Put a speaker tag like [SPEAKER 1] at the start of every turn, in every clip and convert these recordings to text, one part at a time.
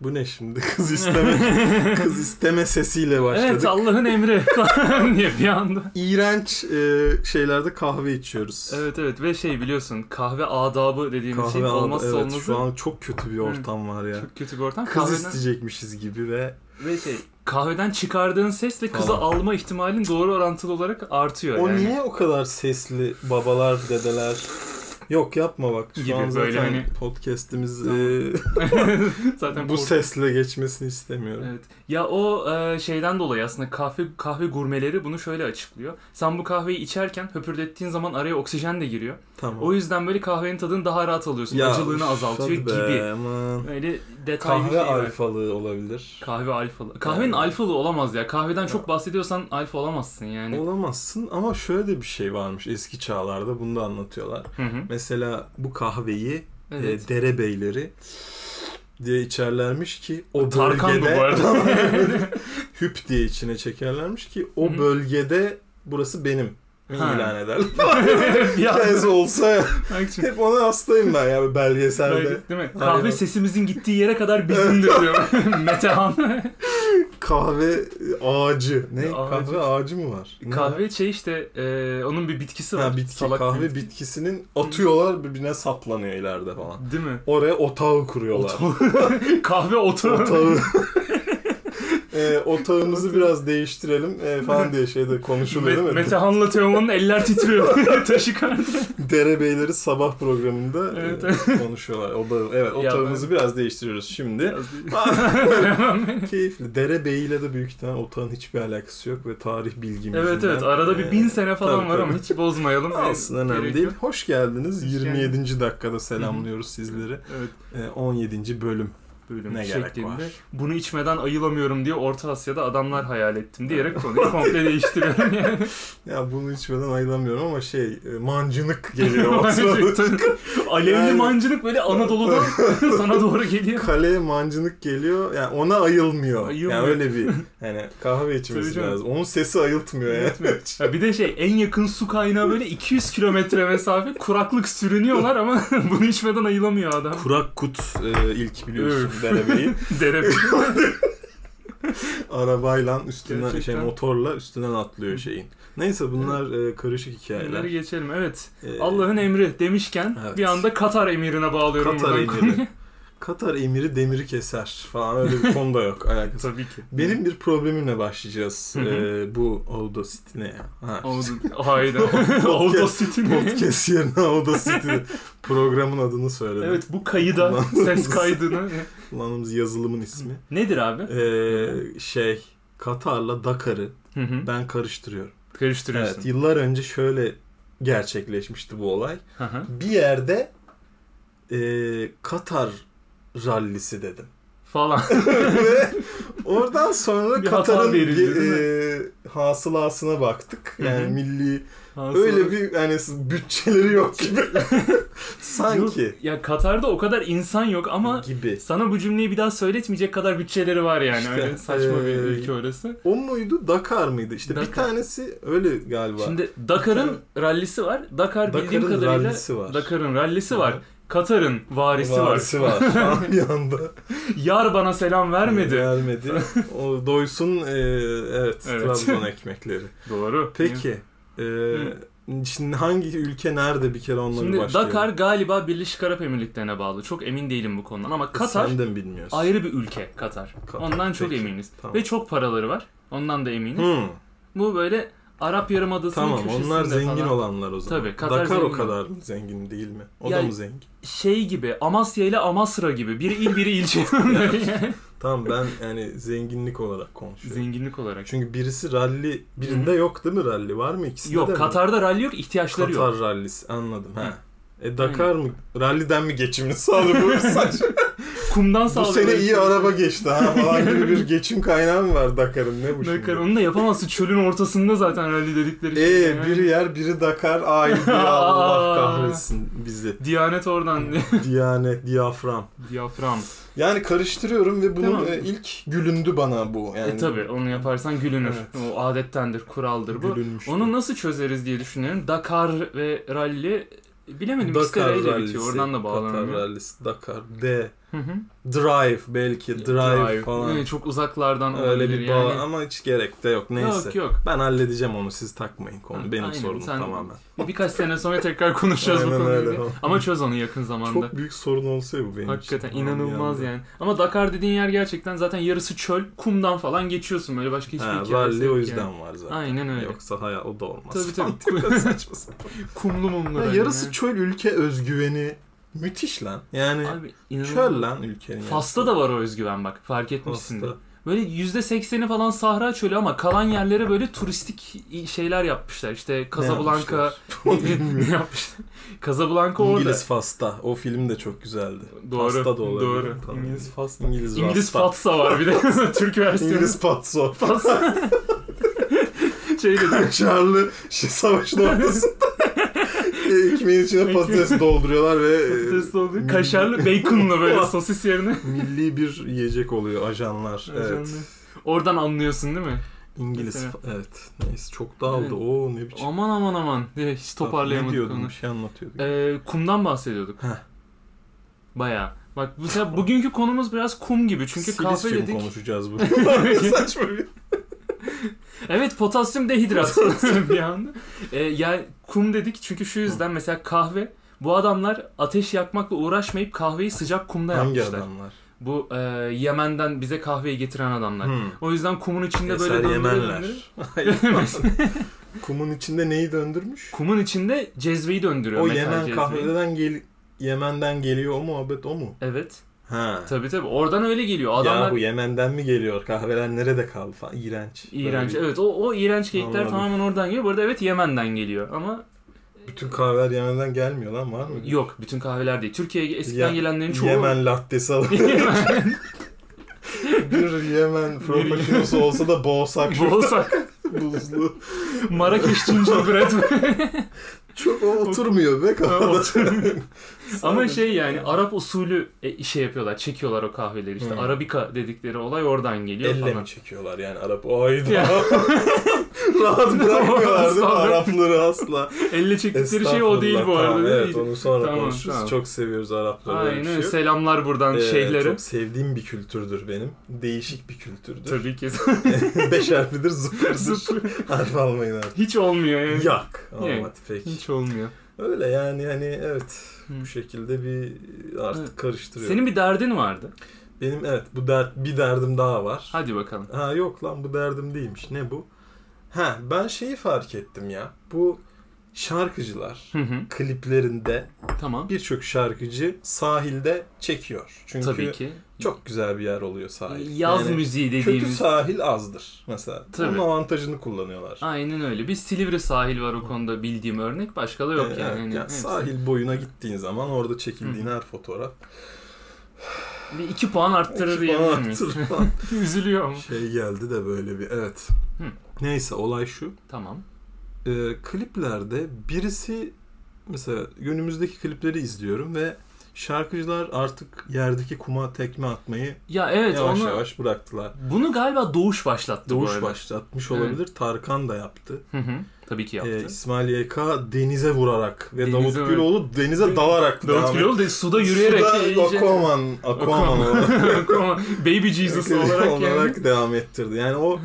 [SPEAKER 1] Bu ne şimdi? Kız isteme, kız isteme sesiyle başladık.
[SPEAKER 2] Evet Allah'ın emri falan diye bir anda.
[SPEAKER 1] İğrenç e, şeylerde kahve içiyoruz.
[SPEAKER 2] Evet evet ve şey biliyorsun kahve adabı dediğimiz
[SPEAKER 1] Kahve
[SPEAKER 2] şey
[SPEAKER 1] aldı-
[SPEAKER 2] olmazsa
[SPEAKER 1] evet,
[SPEAKER 2] olmazı
[SPEAKER 1] şu an çok kötü bir ortam var ya.
[SPEAKER 2] çok kötü bir ortam.
[SPEAKER 1] Kız
[SPEAKER 2] Kahveden,
[SPEAKER 1] isteyecekmişiz gibi ve
[SPEAKER 2] ve şey kahveden çıkardığın sesle kızı
[SPEAKER 1] Tamam.
[SPEAKER 2] alma ihtimalin doğru orantılı olarak artıyor.
[SPEAKER 1] o
[SPEAKER 2] yani.
[SPEAKER 1] niye o kadar sesli babalar, dedeler? Yok yapma bak. Şu
[SPEAKER 2] Gibi,
[SPEAKER 1] an zaten
[SPEAKER 2] böyle hani-
[SPEAKER 1] podcast'imiz
[SPEAKER 2] Tamam.
[SPEAKER 1] e,
[SPEAKER 2] Zaten
[SPEAKER 1] bu
[SPEAKER 2] kork-
[SPEAKER 1] sesle geçmesini istemiyorum.
[SPEAKER 2] Evet. Ya o e, şeyden dolayı aslında kahve kahve gurmeleri bunu şöyle açıklıyor. Sen bu kahveyi içerken höpürdettiğin zaman araya oksijen de giriyor.
[SPEAKER 1] Tamam.
[SPEAKER 2] O yüzden böyle kahvenin tadını daha rahat alıyorsun. Acılığını
[SPEAKER 1] üf,
[SPEAKER 2] azaltıyor
[SPEAKER 1] hadi be,
[SPEAKER 2] gibi.
[SPEAKER 1] aman.
[SPEAKER 2] Böyle detaylı
[SPEAKER 1] Kahve
[SPEAKER 2] şey var.
[SPEAKER 1] alfalığı olabilir.
[SPEAKER 2] Kahve alfalı. Kahvenin
[SPEAKER 1] Yani.
[SPEAKER 2] alfalı olamaz ya. Kahveden
[SPEAKER 1] Ya.
[SPEAKER 2] çok bahsediyorsan alfa olamazsın yani.
[SPEAKER 1] Olamazsın ama şöyle de bir şey varmış eski çağlarda bunu da anlatıyorlar.
[SPEAKER 2] Hı hı.
[SPEAKER 1] Mesela bu kahveyi
[SPEAKER 2] Evet.
[SPEAKER 1] e, derebeyleri diye içerlermiş ki o
[SPEAKER 2] Tarkan bu
[SPEAKER 1] bölgede
[SPEAKER 2] bu arada.
[SPEAKER 1] hüp diye içine çekerlermiş ki o
[SPEAKER 2] Hı hı.
[SPEAKER 1] bölgede burası benim
[SPEAKER 2] Ha.
[SPEAKER 1] ilan ederler.
[SPEAKER 2] ya.
[SPEAKER 1] Hikayesi olsa ya.
[SPEAKER 2] Bak şimdi,
[SPEAKER 1] hep ona hastayım ben ya bir belgeselde.
[SPEAKER 2] Belki, değil mi?
[SPEAKER 1] Aynen.
[SPEAKER 2] Kahve sesimizin gittiği yere kadar bizimdir diyor Metehan.
[SPEAKER 1] Kahve ağacı. Ne?
[SPEAKER 2] Ağacı.
[SPEAKER 1] Kahve ağacı mı var? Ne var?
[SPEAKER 2] kahve şey işte e, onun bir bitkisi var.
[SPEAKER 1] Ha, bitki,
[SPEAKER 2] Salak
[SPEAKER 1] kahve
[SPEAKER 2] bir bitki.
[SPEAKER 1] bitkisinin atıyorlar birbirine saplanıyor ileride falan.
[SPEAKER 2] Değil mi?
[SPEAKER 1] Oraya otağı kuruyorlar.
[SPEAKER 2] Otu- kahve otu.
[SPEAKER 1] Otağı. e, otağımızı biraz değiştirelim e, falan diye şeyde konuşuluyor değil
[SPEAKER 2] Me-
[SPEAKER 1] mi?
[SPEAKER 2] Metehan'la Teoman'ın eller titriyor. Taşı kan.
[SPEAKER 1] Derebeyleri sabah programında
[SPEAKER 2] Evet.
[SPEAKER 1] e, konuşuyorlar. O da, evet
[SPEAKER 2] Ya
[SPEAKER 1] otağımızı biraz değiştiriyoruz şimdi. Keyifli. Derebeyiyle de büyük ihtimal otağın hiçbir alakası yok ve tarih bilgimizden.
[SPEAKER 2] evet evet arada bir bin sene falan
[SPEAKER 1] tabii,
[SPEAKER 2] var
[SPEAKER 1] tabii.
[SPEAKER 2] ama hiç bozmayalım. E,
[SPEAKER 1] Olsun önemli
[SPEAKER 2] Gerek
[SPEAKER 1] değil.
[SPEAKER 2] yok.
[SPEAKER 1] Hoş geldiniz.
[SPEAKER 2] Hoş
[SPEAKER 1] 27. dakikada selamlıyoruz sizleri.
[SPEAKER 2] Evet.
[SPEAKER 1] E, 17. bölüm.
[SPEAKER 2] bölüm
[SPEAKER 1] Ne gerek
[SPEAKER 2] şeklinde.
[SPEAKER 1] var?
[SPEAKER 2] Bunu içmeden ayılamıyorum diye Orta Asya'da adamlar hayal ettim diyerek konuyu komple değiştiriyorum yani.
[SPEAKER 1] Ya bunu içmeden ayılamıyorum ama şey e, mancınık geliyor o sırada.
[SPEAKER 2] Alevli
[SPEAKER 1] Şey Yani-
[SPEAKER 2] mancınık böyle Anadolu'dan sana doğru geliyor.
[SPEAKER 1] Kaleye mancınık geliyor. Yani ona ayılmıyor.
[SPEAKER 2] Ayılmıyor.
[SPEAKER 1] Yani öyle bir yani kahve içmesi
[SPEAKER 2] Tabii canım.
[SPEAKER 1] lazım. Onun sesi ayıltmıyor yani.
[SPEAKER 2] Ya bir de şey en yakın su kaynağı böyle 200 kilometre mesafe kuraklık sürünüyorlar ama bunu içmeden ayılamıyor adam.
[SPEAKER 1] Kurak kut e, ilk biliyorsun
[SPEAKER 2] Öf.
[SPEAKER 1] derebeyi.
[SPEAKER 2] Dere.
[SPEAKER 1] Arabayla üstünden şey
[SPEAKER 2] Gerçekten.
[SPEAKER 1] motorla üstünden atlıyor şeyin. Neyse bunlar e, karışık hikayeler.
[SPEAKER 2] Bunları geçelim evet.
[SPEAKER 1] E,
[SPEAKER 2] Allah'ın emri demişken
[SPEAKER 1] Evet.
[SPEAKER 2] bir anda Katar emirine bağlıyorum
[SPEAKER 1] Katar
[SPEAKER 2] buradan
[SPEAKER 1] emiri.
[SPEAKER 2] konuyu.
[SPEAKER 1] Katar emiri demiri keser falan öyle bir konuda yok alakası.
[SPEAKER 2] Tabii ki.
[SPEAKER 1] Benim bir problemimle başlayacağız.
[SPEAKER 2] Hı hı.
[SPEAKER 1] E, bu Audacity ne ya? Ha,
[SPEAKER 2] Oldu. Hayda. Oldu City'nin.
[SPEAKER 1] Podcast yerine Oda City programın adını söyledim.
[SPEAKER 2] Evet bu kayıda
[SPEAKER 1] Kullandığımız-
[SPEAKER 2] ses kaydını.
[SPEAKER 1] Kullandığımız yazılımın ismi.
[SPEAKER 2] Nedir abi?
[SPEAKER 1] Ee, şey Katar'la Dakar'ı
[SPEAKER 2] Hı hı.
[SPEAKER 1] ben karıştırıyorum.
[SPEAKER 2] Karıştırıyorsun.
[SPEAKER 1] Evet yıllar önce şöyle gerçekleşmişti bu olay.
[SPEAKER 2] Hı hı.
[SPEAKER 1] Bir yerde ee, Katar rallisi dedim.
[SPEAKER 2] Falan.
[SPEAKER 1] Ve oradan sonra
[SPEAKER 2] Bir hata
[SPEAKER 1] Katar'ın
[SPEAKER 2] verildi,
[SPEAKER 1] ge-
[SPEAKER 2] değil
[SPEAKER 1] ee, hasılasına baktık. Yani
[SPEAKER 2] Hı hı.
[SPEAKER 1] milli
[SPEAKER 2] Hansel-
[SPEAKER 1] öyle bir hani bütçeleri yok gibi. Sanki
[SPEAKER 2] Yok, Ya Katar'da o kadar insan yok ama
[SPEAKER 1] gibi.
[SPEAKER 2] sana bu cümleyi bir daha söyletmeyecek kadar bütçeleri var yani.
[SPEAKER 1] İşte,
[SPEAKER 2] öyle saçma bir
[SPEAKER 1] ee,
[SPEAKER 2] ülke orası.
[SPEAKER 1] O muydu Dakar mıydı? İşte bir
[SPEAKER 2] Dakar.
[SPEAKER 1] tanesi öyle galiba.
[SPEAKER 2] Şimdi Dakar'ın rallisi var. Dakar bildiğim
[SPEAKER 1] Dakar'ın
[SPEAKER 2] kadarıyla
[SPEAKER 1] rallisi var.
[SPEAKER 2] Dakar'ın rallisi
[SPEAKER 1] Hı
[SPEAKER 2] var.
[SPEAKER 1] hı.
[SPEAKER 2] Katar'ın varisi,
[SPEAKER 1] Varisi
[SPEAKER 2] var.
[SPEAKER 1] var. Tam bir anda.
[SPEAKER 2] Yar bana selam vermedi.
[SPEAKER 1] Vermedi. O doysun e, evet,
[SPEAKER 2] Evet.
[SPEAKER 1] Trabzon ekmekleri.
[SPEAKER 2] Doğru.
[SPEAKER 1] Peki. e, şimdi hangi ülke nerede bir kere onunla
[SPEAKER 2] Şimdi
[SPEAKER 1] bir başlayalım.
[SPEAKER 2] Dakar galiba Birleşik Arap Emirlikleri'ne bağlı. Çok emin değilim bu konudan ama Katar
[SPEAKER 1] Sen de mi bilmiyorsun?
[SPEAKER 2] ayrı bir ülke Katar.
[SPEAKER 1] Katar,
[SPEAKER 2] Ondan çok
[SPEAKER 1] peki.
[SPEAKER 2] eminiz.
[SPEAKER 1] Tamam.
[SPEAKER 2] Ve çok paraları var. Ondan da eminiz.
[SPEAKER 1] Hmm,
[SPEAKER 2] Bu böyle Arap Yarımadası'nın
[SPEAKER 1] Tamam
[SPEAKER 2] köşesinde
[SPEAKER 1] onlar zengin
[SPEAKER 2] falan.
[SPEAKER 1] olanlar o zaman.
[SPEAKER 2] Tabii, Katar
[SPEAKER 1] Dakar o
[SPEAKER 2] zengin.
[SPEAKER 1] kadar mı zengin değil mi? O da
[SPEAKER 2] Yani-
[SPEAKER 1] mı zengin?
[SPEAKER 2] Şey gibi Amasya ile Amasra gibi. Biri il biri ilçe.
[SPEAKER 1] Tamam ben yani zenginlik olarak konuşuyorum.
[SPEAKER 2] Zenginlik olarak.
[SPEAKER 1] Çünkü birisi ralli birinde yok değil mi ralli? Var mı ikisinde de
[SPEAKER 2] Yok
[SPEAKER 1] mi?
[SPEAKER 2] Katar'da rally yok ihtiyaçları yok.
[SPEAKER 1] Katar rallisi anladım ha. E Dakar mı? Ralliden mi geçimini sağlıyor bu saç?
[SPEAKER 2] Kumdan
[SPEAKER 1] bu
[SPEAKER 2] sağlıyor.
[SPEAKER 1] sene iyi araba geçti ha falan gibi bir geçim kaynağı mı var Dakar'ın ne bu şimdi?
[SPEAKER 2] Dakar onu da yapamazsın. Çölün ortasında zaten rally dedikleri şey.
[SPEAKER 1] Ee,
[SPEAKER 2] yani.
[SPEAKER 1] biri yer biri Dakar ay bir Allah kahretsin bizi.
[SPEAKER 2] Diyanet oradan.
[SPEAKER 1] Diyanet, diyafram.
[SPEAKER 2] Diyafram.
[SPEAKER 1] Yani karıştırıyorum ve bunun
[SPEAKER 2] Tamam.
[SPEAKER 1] e, ilk gülündü bana bu. Yani
[SPEAKER 2] E tabi onu yaparsan gülünür. O adettendir, kuraldır bu.
[SPEAKER 1] Gülünmüştü.
[SPEAKER 2] Onu nasıl çözeriz diye düşünüyorum. Dakar ve rally bilemedim.
[SPEAKER 1] Dakar
[SPEAKER 2] İstereyle
[SPEAKER 1] rallisi,
[SPEAKER 2] bitiyor. Oradan da
[SPEAKER 1] Katar
[SPEAKER 2] bağlanamıyor.
[SPEAKER 1] rallisi, Dakar, D,
[SPEAKER 2] Hı hı.
[SPEAKER 1] Drive belki drive, falan.
[SPEAKER 2] Ee, Çok uzaklardan
[SPEAKER 1] Öyle
[SPEAKER 2] olabilir
[SPEAKER 1] bir bağ
[SPEAKER 2] yani.
[SPEAKER 1] ama hiç gerek de yok neyse.
[SPEAKER 2] Yok yok.
[SPEAKER 1] Ben halledeceğim onu siz takmayın konu.
[SPEAKER 2] Ha,
[SPEAKER 1] Benim
[SPEAKER 2] aynen,
[SPEAKER 1] sorunum
[SPEAKER 2] sen-
[SPEAKER 1] tamamen.
[SPEAKER 2] Birkaç sene sonra tekrar konuşacağız bu
[SPEAKER 1] Aynen
[SPEAKER 2] konuyu.
[SPEAKER 1] öyle.
[SPEAKER 2] bir. Ama çöz onu yakın zamanda.
[SPEAKER 1] Çok büyük sorun olsa bu benim
[SPEAKER 2] Hakikaten
[SPEAKER 1] için.
[SPEAKER 2] inanılmaz
[SPEAKER 1] Bir anda.
[SPEAKER 2] yani. Ama Dakar dediğin yer gerçekten zaten yarısı çöl, kumdan falan geçiyorsun böyle başka hiçbir
[SPEAKER 1] Ha,
[SPEAKER 2] hikayesi
[SPEAKER 1] rally
[SPEAKER 2] yok
[SPEAKER 1] o
[SPEAKER 2] yani.
[SPEAKER 1] yüzden var zaten.
[SPEAKER 2] Aynen öyle.
[SPEAKER 1] Yoksa hayal o da olmaz.
[SPEAKER 2] Tabii, tabii.
[SPEAKER 1] Falan diye saçma sapan.
[SPEAKER 2] Kumlu mumlu.
[SPEAKER 1] Ya
[SPEAKER 2] böyle
[SPEAKER 1] yarısı
[SPEAKER 2] ya.
[SPEAKER 1] çöl ülke özgüveni. Müthiş lan. Yani
[SPEAKER 2] Abi inanılmaz.
[SPEAKER 1] çöl lan ülkenin.
[SPEAKER 2] Fas'ta da var o özgüven bak fark etmişsin.
[SPEAKER 1] Fas'ta.
[SPEAKER 2] Böyle %80'i falan Sahra çölü ama kalan yerlere böyle turistik şeyler yapmışlar. İşte Casablanca
[SPEAKER 1] Ne
[SPEAKER 2] ne,
[SPEAKER 1] yapmışlar?
[SPEAKER 2] ne yapmışlar? Casablanca orada.
[SPEAKER 1] İngiliz Fas'ta. O film de çok güzeldi.
[SPEAKER 2] Doğru.
[SPEAKER 1] Fas'ta da olabilir.
[SPEAKER 2] Doğru.
[SPEAKER 1] Tamam.
[SPEAKER 2] İngiliz Fas'ta.
[SPEAKER 1] İngiliz,
[SPEAKER 2] İngiliz
[SPEAKER 1] Fas'ta.
[SPEAKER 2] Fatsa var bir de. Türk versiyonu.
[SPEAKER 1] İngiliz Fatso.
[SPEAKER 2] Fas. şey dedi.
[SPEAKER 1] Kaşarlı şey, savaşın ortasında e, ekmeğin içine patates dolduruyorlar ve e,
[SPEAKER 2] Patates oldu. Kaşarlı bacon'la böyle sosis yerine.
[SPEAKER 1] milli bir yiyecek oluyor ajanlar. Evet.
[SPEAKER 2] Oradan anlıyorsun değil mi?
[SPEAKER 1] İngiliz.
[SPEAKER 2] Mesela.
[SPEAKER 1] fa- Evet. Neyse çok dağıldı.
[SPEAKER 2] Evet.
[SPEAKER 1] Oo ne biçim.
[SPEAKER 2] Aman aman aman. diye Hiç
[SPEAKER 1] Ne
[SPEAKER 2] toparlayamadık
[SPEAKER 1] diyordum?
[SPEAKER 2] onu.
[SPEAKER 1] Bir şey anlatıyordum.
[SPEAKER 2] Ee, kumdan bahsediyorduk.
[SPEAKER 1] Heh.
[SPEAKER 2] Bayağı. Bak mesela bugünkü konumuz biraz kum gibi. Çünkü kahve
[SPEAKER 1] Silisyum
[SPEAKER 2] dedik.
[SPEAKER 1] konuşacağız burada. Saçma bir.
[SPEAKER 2] Evet potasyum dehidrat bir anda. Ee, yani kum dedik çünkü şu yüzden mesela kahve bu adamlar ateş yakmakla uğraşmayıp kahveyi sıcak kumda
[SPEAKER 1] Hangi
[SPEAKER 2] yapmışlar.
[SPEAKER 1] adamlar?
[SPEAKER 2] Bu e, Yemen'den bize kahveyi getiren adamlar.
[SPEAKER 1] Hmm.
[SPEAKER 2] O yüzden kumun içinde
[SPEAKER 1] Eser
[SPEAKER 2] böyle döndüre döndüre-
[SPEAKER 1] Yemenler. Hayır. Kumun içinde neyi döndürmüş?
[SPEAKER 2] Kumun içinde cezveyi döndürüyor.
[SPEAKER 1] O
[SPEAKER 2] metal
[SPEAKER 1] Yemen
[SPEAKER 2] cezveyi.
[SPEAKER 1] kahveden gel Yemen'den geliyor o muhabbet o mu?
[SPEAKER 2] Evet.
[SPEAKER 1] Ha.
[SPEAKER 2] Tabii tabii. Oradan öyle geliyor.
[SPEAKER 1] Ya
[SPEAKER 2] Adamlar
[SPEAKER 1] bu Yemen'den mi geliyor? Kahveler nerede kaldı falan. İğrenç. Böyle
[SPEAKER 2] iğrenç.
[SPEAKER 1] bir-
[SPEAKER 2] Evet o, o iğrenç keyifler
[SPEAKER 1] Anladım.
[SPEAKER 2] tamamen oradan geliyor. Bu arada evet Yemen'den geliyor ama
[SPEAKER 1] Bütün kahveler Yemen'den gelmiyor lan var mı?
[SPEAKER 2] yok bütün kahveler değil. Türkiye'ye eskiden
[SPEAKER 1] Ye-
[SPEAKER 2] gelenlerin çoğu
[SPEAKER 1] Yemen lattesi alın. bir Yemen frappuccinosu olsa da boğsak şu
[SPEAKER 2] Boğsak.
[SPEAKER 1] buzlu.
[SPEAKER 2] Marrakeş gingerbread.
[SPEAKER 1] Çok o oturmuyor be kafada.
[SPEAKER 2] Ama şey yani Arap usulü e, şey yapıyorlar. Çekiyorlar o kahveleri. İşte
[SPEAKER 1] Hmm.
[SPEAKER 2] Arabika dedikleri olay oradan geliyor
[SPEAKER 1] Elle
[SPEAKER 2] falan.
[SPEAKER 1] mi çekiyorlar yani Arap? Ayda.
[SPEAKER 2] Ya.
[SPEAKER 1] Rahat bırakmıyorlar değil mi Arapları asla?
[SPEAKER 2] Elle çektikleri şey o değil bu arada.
[SPEAKER 1] Estağfurullah. Tamam,
[SPEAKER 2] değil
[SPEAKER 1] evet
[SPEAKER 2] mi?
[SPEAKER 1] onu sonra
[SPEAKER 2] Tamam,
[SPEAKER 1] konuşuruz.
[SPEAKER 2] tamam.
[SPEAKER 1] Çok seviyoruz Arapları. böyle bir
[SPEAKER 2] Aynen
[SPEAKER 1] şey
[SPEAKER 2] öyle.
[SPEAKER 1] yok.
[SPEAKER 2] selamlar buradan
[SPEAKER 1] Ee,
[SPEAKER 2] şeyhlere.
[SPEAKER 1] Çok sevdiğim bir kültürdür benim. Değişik bir kültürdür.
[SPEAKER 2] Tabii ki.
[SPEAKER 1] Beş harflidir zıpırdır.
[SPEAKER 2] Zıp-
[SPEAKER 1] Harf almayın artık.
[SPEAKER 2] Hiç olmuyor yani.
[SPEAKER 1] Yak. Ama
[SPEAKER 2] Yak.
[SPEAKER 1] peki.
[SPEAKER 2] Hiç olmuyor.
[SPEAKER 1] Öyle yani hani evet
[SPEAKER 2] Hı.
[SPEAKER 1] bu şekilde bir artık
[SPEAKER 2] Evet.
[SPEAKER 1] karıştırıyor.
[SPEAKER 2] Senin bir derdin vardı.
[SPEAKER 1] Benim evet bu dert bir derdim daha var.
[SPEAKER 2] Hadi bakalım.
[SPEAKER 1] Ha yok lan bu derdim değilmiş. Ne bu? Ha ben şeyi fark ettim ya. Bu şarkıcılar
[SPEAKER 2] Hı hı.
[SPEAKER 1] kliplerinde
[SPEAKER 2] Tamam.
[SPEAKER 1] birçok şarkıcı sahilde çekiyor. Çünkü
[SPEAKER 2] Tabii ki.
[SPEAKER 1] çok güzel bir yer oluyor sahil.
[SPEAKER 2] Yaz
[SPEAKER 1] Yani
[SPEAKER 2] müziği
[SPEAKER 1] Kötü
[SPEAKER 2] dediğimiz.
[SPEAKER 1] sahil azdır mesela.
[SPEAKER 2] Tabii.
[SPEAKER 1] Onun avantajını kullanıyorlar.
[SPEAKER 2] Aynen öyle. Bir Silivri sahil var o konuda bildiğim örnek. Başka da yok
[SPEAKER 1] Ee,
[SPEAKER 2] yani.
[SPEAKER 1] evet,
[SPEAKER 2] Hani
[SPEAKER 1] yani
[SPEAKER 2] hepsi.
[SPEAKER 1] sahil boyuna gittiğin zaman orada çekildiğin her fotoğraf
[SPEAKER 2] Bir iki puan arttırır
[SPEAKER 1] Ekip
[SPEAKER 2] diyebilir miyiz?
[SPEAKER 1] anahtarı falan.
[SPEAKER 2] Üzülüyor ama.
[SPEAKER 1] şey geldi de böyle bir evet.
[SPEAKER 2] Hı.
[SPEAKER 1] Neyse olay şu.
[SPEAKER 2] Tamam.
[SPEAKER 1] Ee, kliplerde birisi mesela günümüzdeki klipleri izliyorum ve şarkıcılar artık yerdeki kuma tekme atmayı
[SPEAKER 2] Ya evet
[SPEAKER 1] yavaş
[SPEAKER 2] onu...
[SPEAKER 1] yavaş bıraktılar.
[SPEAKER 2] Bunu galiba Doğuş başlattı bu
[SPEAKER 1] Doğuş
[SPEAKER 2] arada.
[SPEAKER 1] başlatmış
[SPEAKER 2] Evet.
[SPEAKER 1] olabilir. Tarkan da yaptı.
[SPEAKER 2] Hı hı. Tabii ki yaptı.
[SPEAKER 1] Ee, İsmail YK denize vurarak ve
[SPEAKER 2] Denize
[SPEAKER 1] Davut
[SPEAKER 2] vurarak.
[SPEAKER 1] Güloğlu denize dalarak.
[SPEAKER 2] Dört
[SPEAKER 1] devam
[SPEAKER 2] kilo
[SPEAKER 1] etti.
[SPEAKER 2] oldu. Suda yürüyerek.
[SPEAKER 1] Suda
[SPEAKER 2] iyice-
[SPEAKER 1] Aquaman, Aquaman olarak.
[SPEAKER 2] Aquaman. Baby Jesus
[SPEAKER 1] Ekleri
[SPEAKER 2] olarak, yani.
[SPEAKER 1] olarak devam ettirdi. Yani o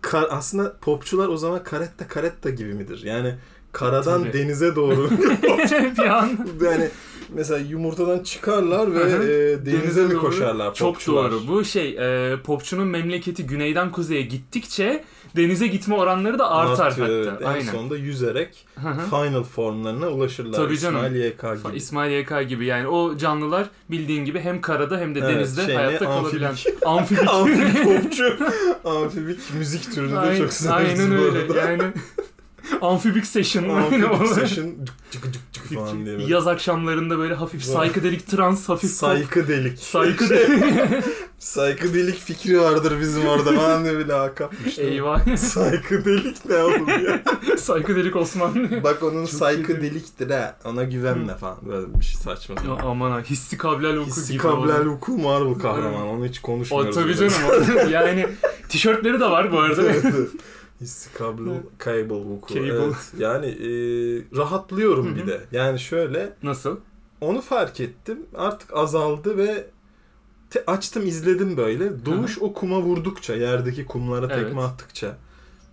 [SPEAKER 1] kar- aslında popçular o zaman karetta karetta gibi midir? Yani karadan
[SPEAKER 2] Tabii.
[SPEAKER 1] denize doğru
[SPEAKER 2] bir an.
[SPEAKER 1] yani mesela yumurtadan çıkarlar ve
[SPEAKER 2] Hı hı.
[SPEAKER 1] e, denize,
[SPEAKER 2] Denize
[SPEAKER 1] mi
[SPEAKER 2] doğru.
[SPEAKER 1] koşarlar
[SPEAKER 2] Çok
[SPEAKER 1] popçular?
[SPEAKER 2] doğru. Bu şey e, popçunun memleketi güneyden kuzeye gittikçe denize gitme oranları da artar
[SPEAKER 1] Artıyor, evet.
[SPEAKER 2] hatta.
[SPEAKER 1] En
[SPEAKER 2] Aynen.
[SPEAKER 1] sonunda yüzerek
[SPEAKER 2] Hı hı.
[SPEAKER 1] final formlarına ulaşırlar.
[SPEAKER 2] Tabii canım.
[SPEAKER 1] İsmail YK gibi.
[SPEAKER 2] İsmail YK gibi yani o canlılar bildiğin gibi hem karada hem de
[SPEAKER 1] Evet,
[SPEAKER 2] denizde
[SPEAKER 1] şey ne?
[SPEAKER 2] hayatta
[SPEAKER 1] Amfibik.
[SPEAKER 2] kalabilen amfibik.
[SPEAKER 1] Amfibik popçu. Amfibik müzik türünü de
[SPEAKER 2] Aynen-
[SPEAKER 1] çok severiz
[SPEAKER 2] Aynen
[SPEAKER 1] bu
[SPEAKER 2] öyle
[SPEAKER 1] arada.
[SPEAKER 2] yani amfibik session.
[SPEAKER 1] Amfibik
[SPEAKER 2] Aynen.
[SPEAKER 1] session cık cık cık cık falan diye böyle.
[SPEAKER 2] Yaz akşamlarında böyle hafif
[SPEAKER 1] Var.
[SPEAKER 2] psikodelik trans hafif pop,
[SPEAKER 1] Saykıdelik.
[SPEAKER 2] Psikodelik.
[SPEAKER 1] Saykıdelik fikri vardır bizim orada. Ben de bir lakapmış.
[SPEAKER 2] Eyvah.
[SPEAKER 1] Saykıdelik ne oğlum ya?
[SPEAKER 2] Saygıdelik Osmanlı.
[SPEAKER 1] Bak onun
[SPEAKER 2] Çok
[SPEAKER 1] saykıdeliktir ha. Ona güvenme falan. Böyle bir şey saçma
[SPEAKER 2] Ya
[SPEAKER 1] sapan.
[SPEAKER 2] aman ha hissi kablel oku
[SPEAKER 1] Hissi
[SPEAKER 2] gibi.
[SPEAKER 1] kablel
[SPEAKER 2] oldu.
[SPEAKER 1] hukum Marvel kahraman. Onu hiç
[SPEAKER 2] O
[SPEAKER 1] konuşmuyoruz.
[SPEAKER 2] tabii
[SPEAKER 1] bile.
[SPEAKER 2] canım o. yani tişörtleri de var bu arada.
[SPEAKER 1] Evet, evet. Hissi kablel cable huku.
[SPEAKER 2] Cable.
[SPEAKER 1] Evet. Yani e, rahatlıyorum
[SPEAKER 2] Hı hı.
[SPEAKER 1] bir de. Yani şöyle
[SPEAKER 2] Nasıl?
[SPEAKER 1] onu fark ettim. Artık azaldı ve te- açtım izledim böyle. Doğuş o kuma vurdukça, yerdeki kumlara
[SPEAKER 2] Evet.
[SPEAKER 1] tekme attıkça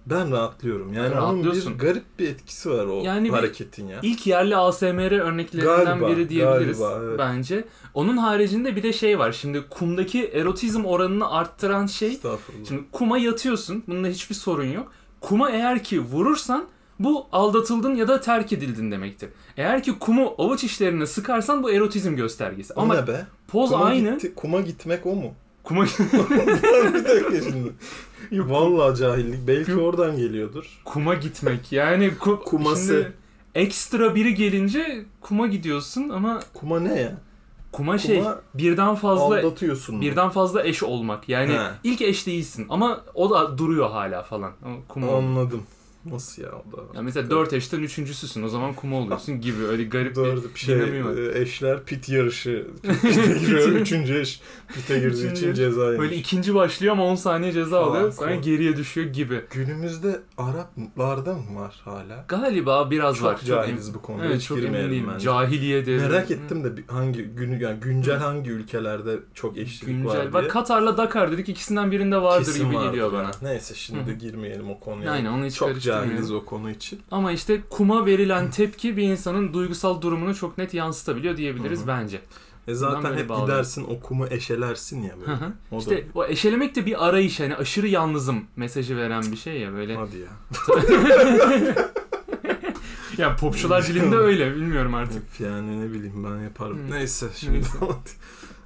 [SPEAKER 1] ben rahatlıyorum. Yani onun bir
[SPEAKER 2] Rahatlıyorsun.
[SPEAKER 1] garip bir etkisi var o
[SPEAKER 2] Yani bir-
[SPEAKER 1] hareketin ya.
[SPEAKER 2] İlk yerli ASMR örneklerinden
[SPEAKER 1] Galiba,
[SPEAKER 2] biri diyebiliriz
[SPEAKER 1] galiba, evet.
[SPEAKER 2] bence. Onun haricinde bir de şey var. Şimdi kumdaki erotizm oranını arttıran şey
[SPEAKER 1] Estağfurullah.
[SPEAKER 2] Şimdi kuma yatıyorsun. Bunda hiçbir sorun yok. Kuma eğer ki vurursan bu aldatıldın ya da terk edildin demektir. Eğer ki kumu avuç işlerine sıkarsan bu erotizm göstergesi.
[SPEAKER 1] O
[SPEAKER 2] Ama
[SPEAKER 1] ne be?
[SPEAKER 2] poz
[SPEAKER 1] Kuma
[SPEAKER 2] aynı.
[SPEAKER 1] gitti- kuma gitmek o mu?
[SPEAKER 2] Kuma
[SPEAKER 1] bir dakika şimdi. Vallahi cahillik. Belki oradan geliyordur.
[SPEAKER 2] kuma gitmek. Yani ku-
[SPEAKER 1] Kuması.
[SPEAKER 2] şimdi ekstra biri gelince kuma gidiyorsun ama
[SPEAKER 1] Kuma ne ya?
[SPEAKER 2] kuma şey birden fazla
[SPEAKER 1] Aldatıyorsun.
[SPEAKER 2] birden fazla eş olmak. Yani
[SPEAKER 1] He.
[SPEAKER 2] ilk eş değilsin ama o da duruyor hala falan. Ama kuma
[SPEAKER 1] Anladım. Nasıl ya o da?
[SPEAKER 2] Ya mesela dört eşten üçüncüsün o zaman kuma oluyorsun gibi öyle garip bir
[SPEAKER 1] Doğru bir şey
[SPEAKER 2] dinamiği var.
[SPEAKER 1] e, eşler pit yarışı pite giriyor. üçüncü eş pite girdiği için
[SPEAKER 2] Üçüncü.
[SPEAKER 1] ceza yemiş.
[SPEAKER 2] Böyle ikinci başlıyor ama 10 saniye ceza
[SPEAKER 1] Falan,
[SPEAKER 2] alıyor. Sonra
[SPEAKER 1] cool.
[SPEAKER 2] geriye düşüyor gibi.
[SPEAKER 1] Günümüzde Araplarda mı var hala?
[SPEAKER 2] Galiba biraz
[SPEAKER 1] Çok
[SPEAKER 2] var.
[SPEAKER 1] cahiliz
[SPEAKER 2] em-
[SPEAKER 1] bu konuda.
[SPEAKER 2] Evet
[SPEAKER 1] Hiç
[SPEAKER 2] çok emin
[SPEAKER 1] girmeyelim
[SPEAKER 2] değilim.
[SPEAKER 1] bence.
[SPEAKER 2] Cahiliye devri.
[SPEAKER 1] Merak
[SPEAKER 2] Hı.
[SPEAKER 1] ettim de bir- hangi günü yani güncel hangi ülkelerde çok eşlilik var diye.
[SPEAKER 2] Güncel. Bak Katar'la Dakar dedik ikisinden birinde vardır
[SPEAKER 1] Kesin
[SPEAKER 2] gibi
[SPEAKER 1] vardır
[SPEAKER 2] geliyor
[SPEAKER 1] ya.
[SPEAKER 2] bana.
[SPEAKER 1] Neyse şimdi
[SPEAKER 2] Hı.
[SPEAKER 1] girmeyelim o konuya.
[SPEAKER 2] Aynen onu hiç
[SPEAKER 1] Çok
[SPEAKER 2] karıştırmıyorum.
[SPEAKER 1] cahiliz o konu için. E
[SPEAKER 2] Ama işte kuma verilen tepki bir insanın duygusal durumunu çok net yansıtabiliyor diyebiliriz
[SPEAKER 1] Hı hı.
[SPEAKER 2] bence.
[SPEAKER 1] E
[SPEAKER 2] Bundan
[SPEAKER 1] zaten
[SPEAKER 2] böyle
[SPEAKER 1] hep
[SPEAKER 2] bağlı.
[SPEAKER 1] gidersin okumu eşelersin ya
[SPEAKER 2] Hı
[SPEAKER 1] böyle.
[SPEAKER 2] hı.
[SPEAKER 1] O da-
[SPEAKER 2] işte o eşelemek de bir arayış yani aşırı yalnızım mesajı veren bir şey ya böyle.
[SPEAKER 1] Hadi ya.
[SPEAKER 2] ya popçular dilinde öyle bilmiyorum artık.
[SPEAKER 1] Öf yani ne bileyim ben yaparım.
[SPEAKER 2] Hmm.
[SPEAKER 1] Neyse şimdi
[SPEAKER 2] Neyse.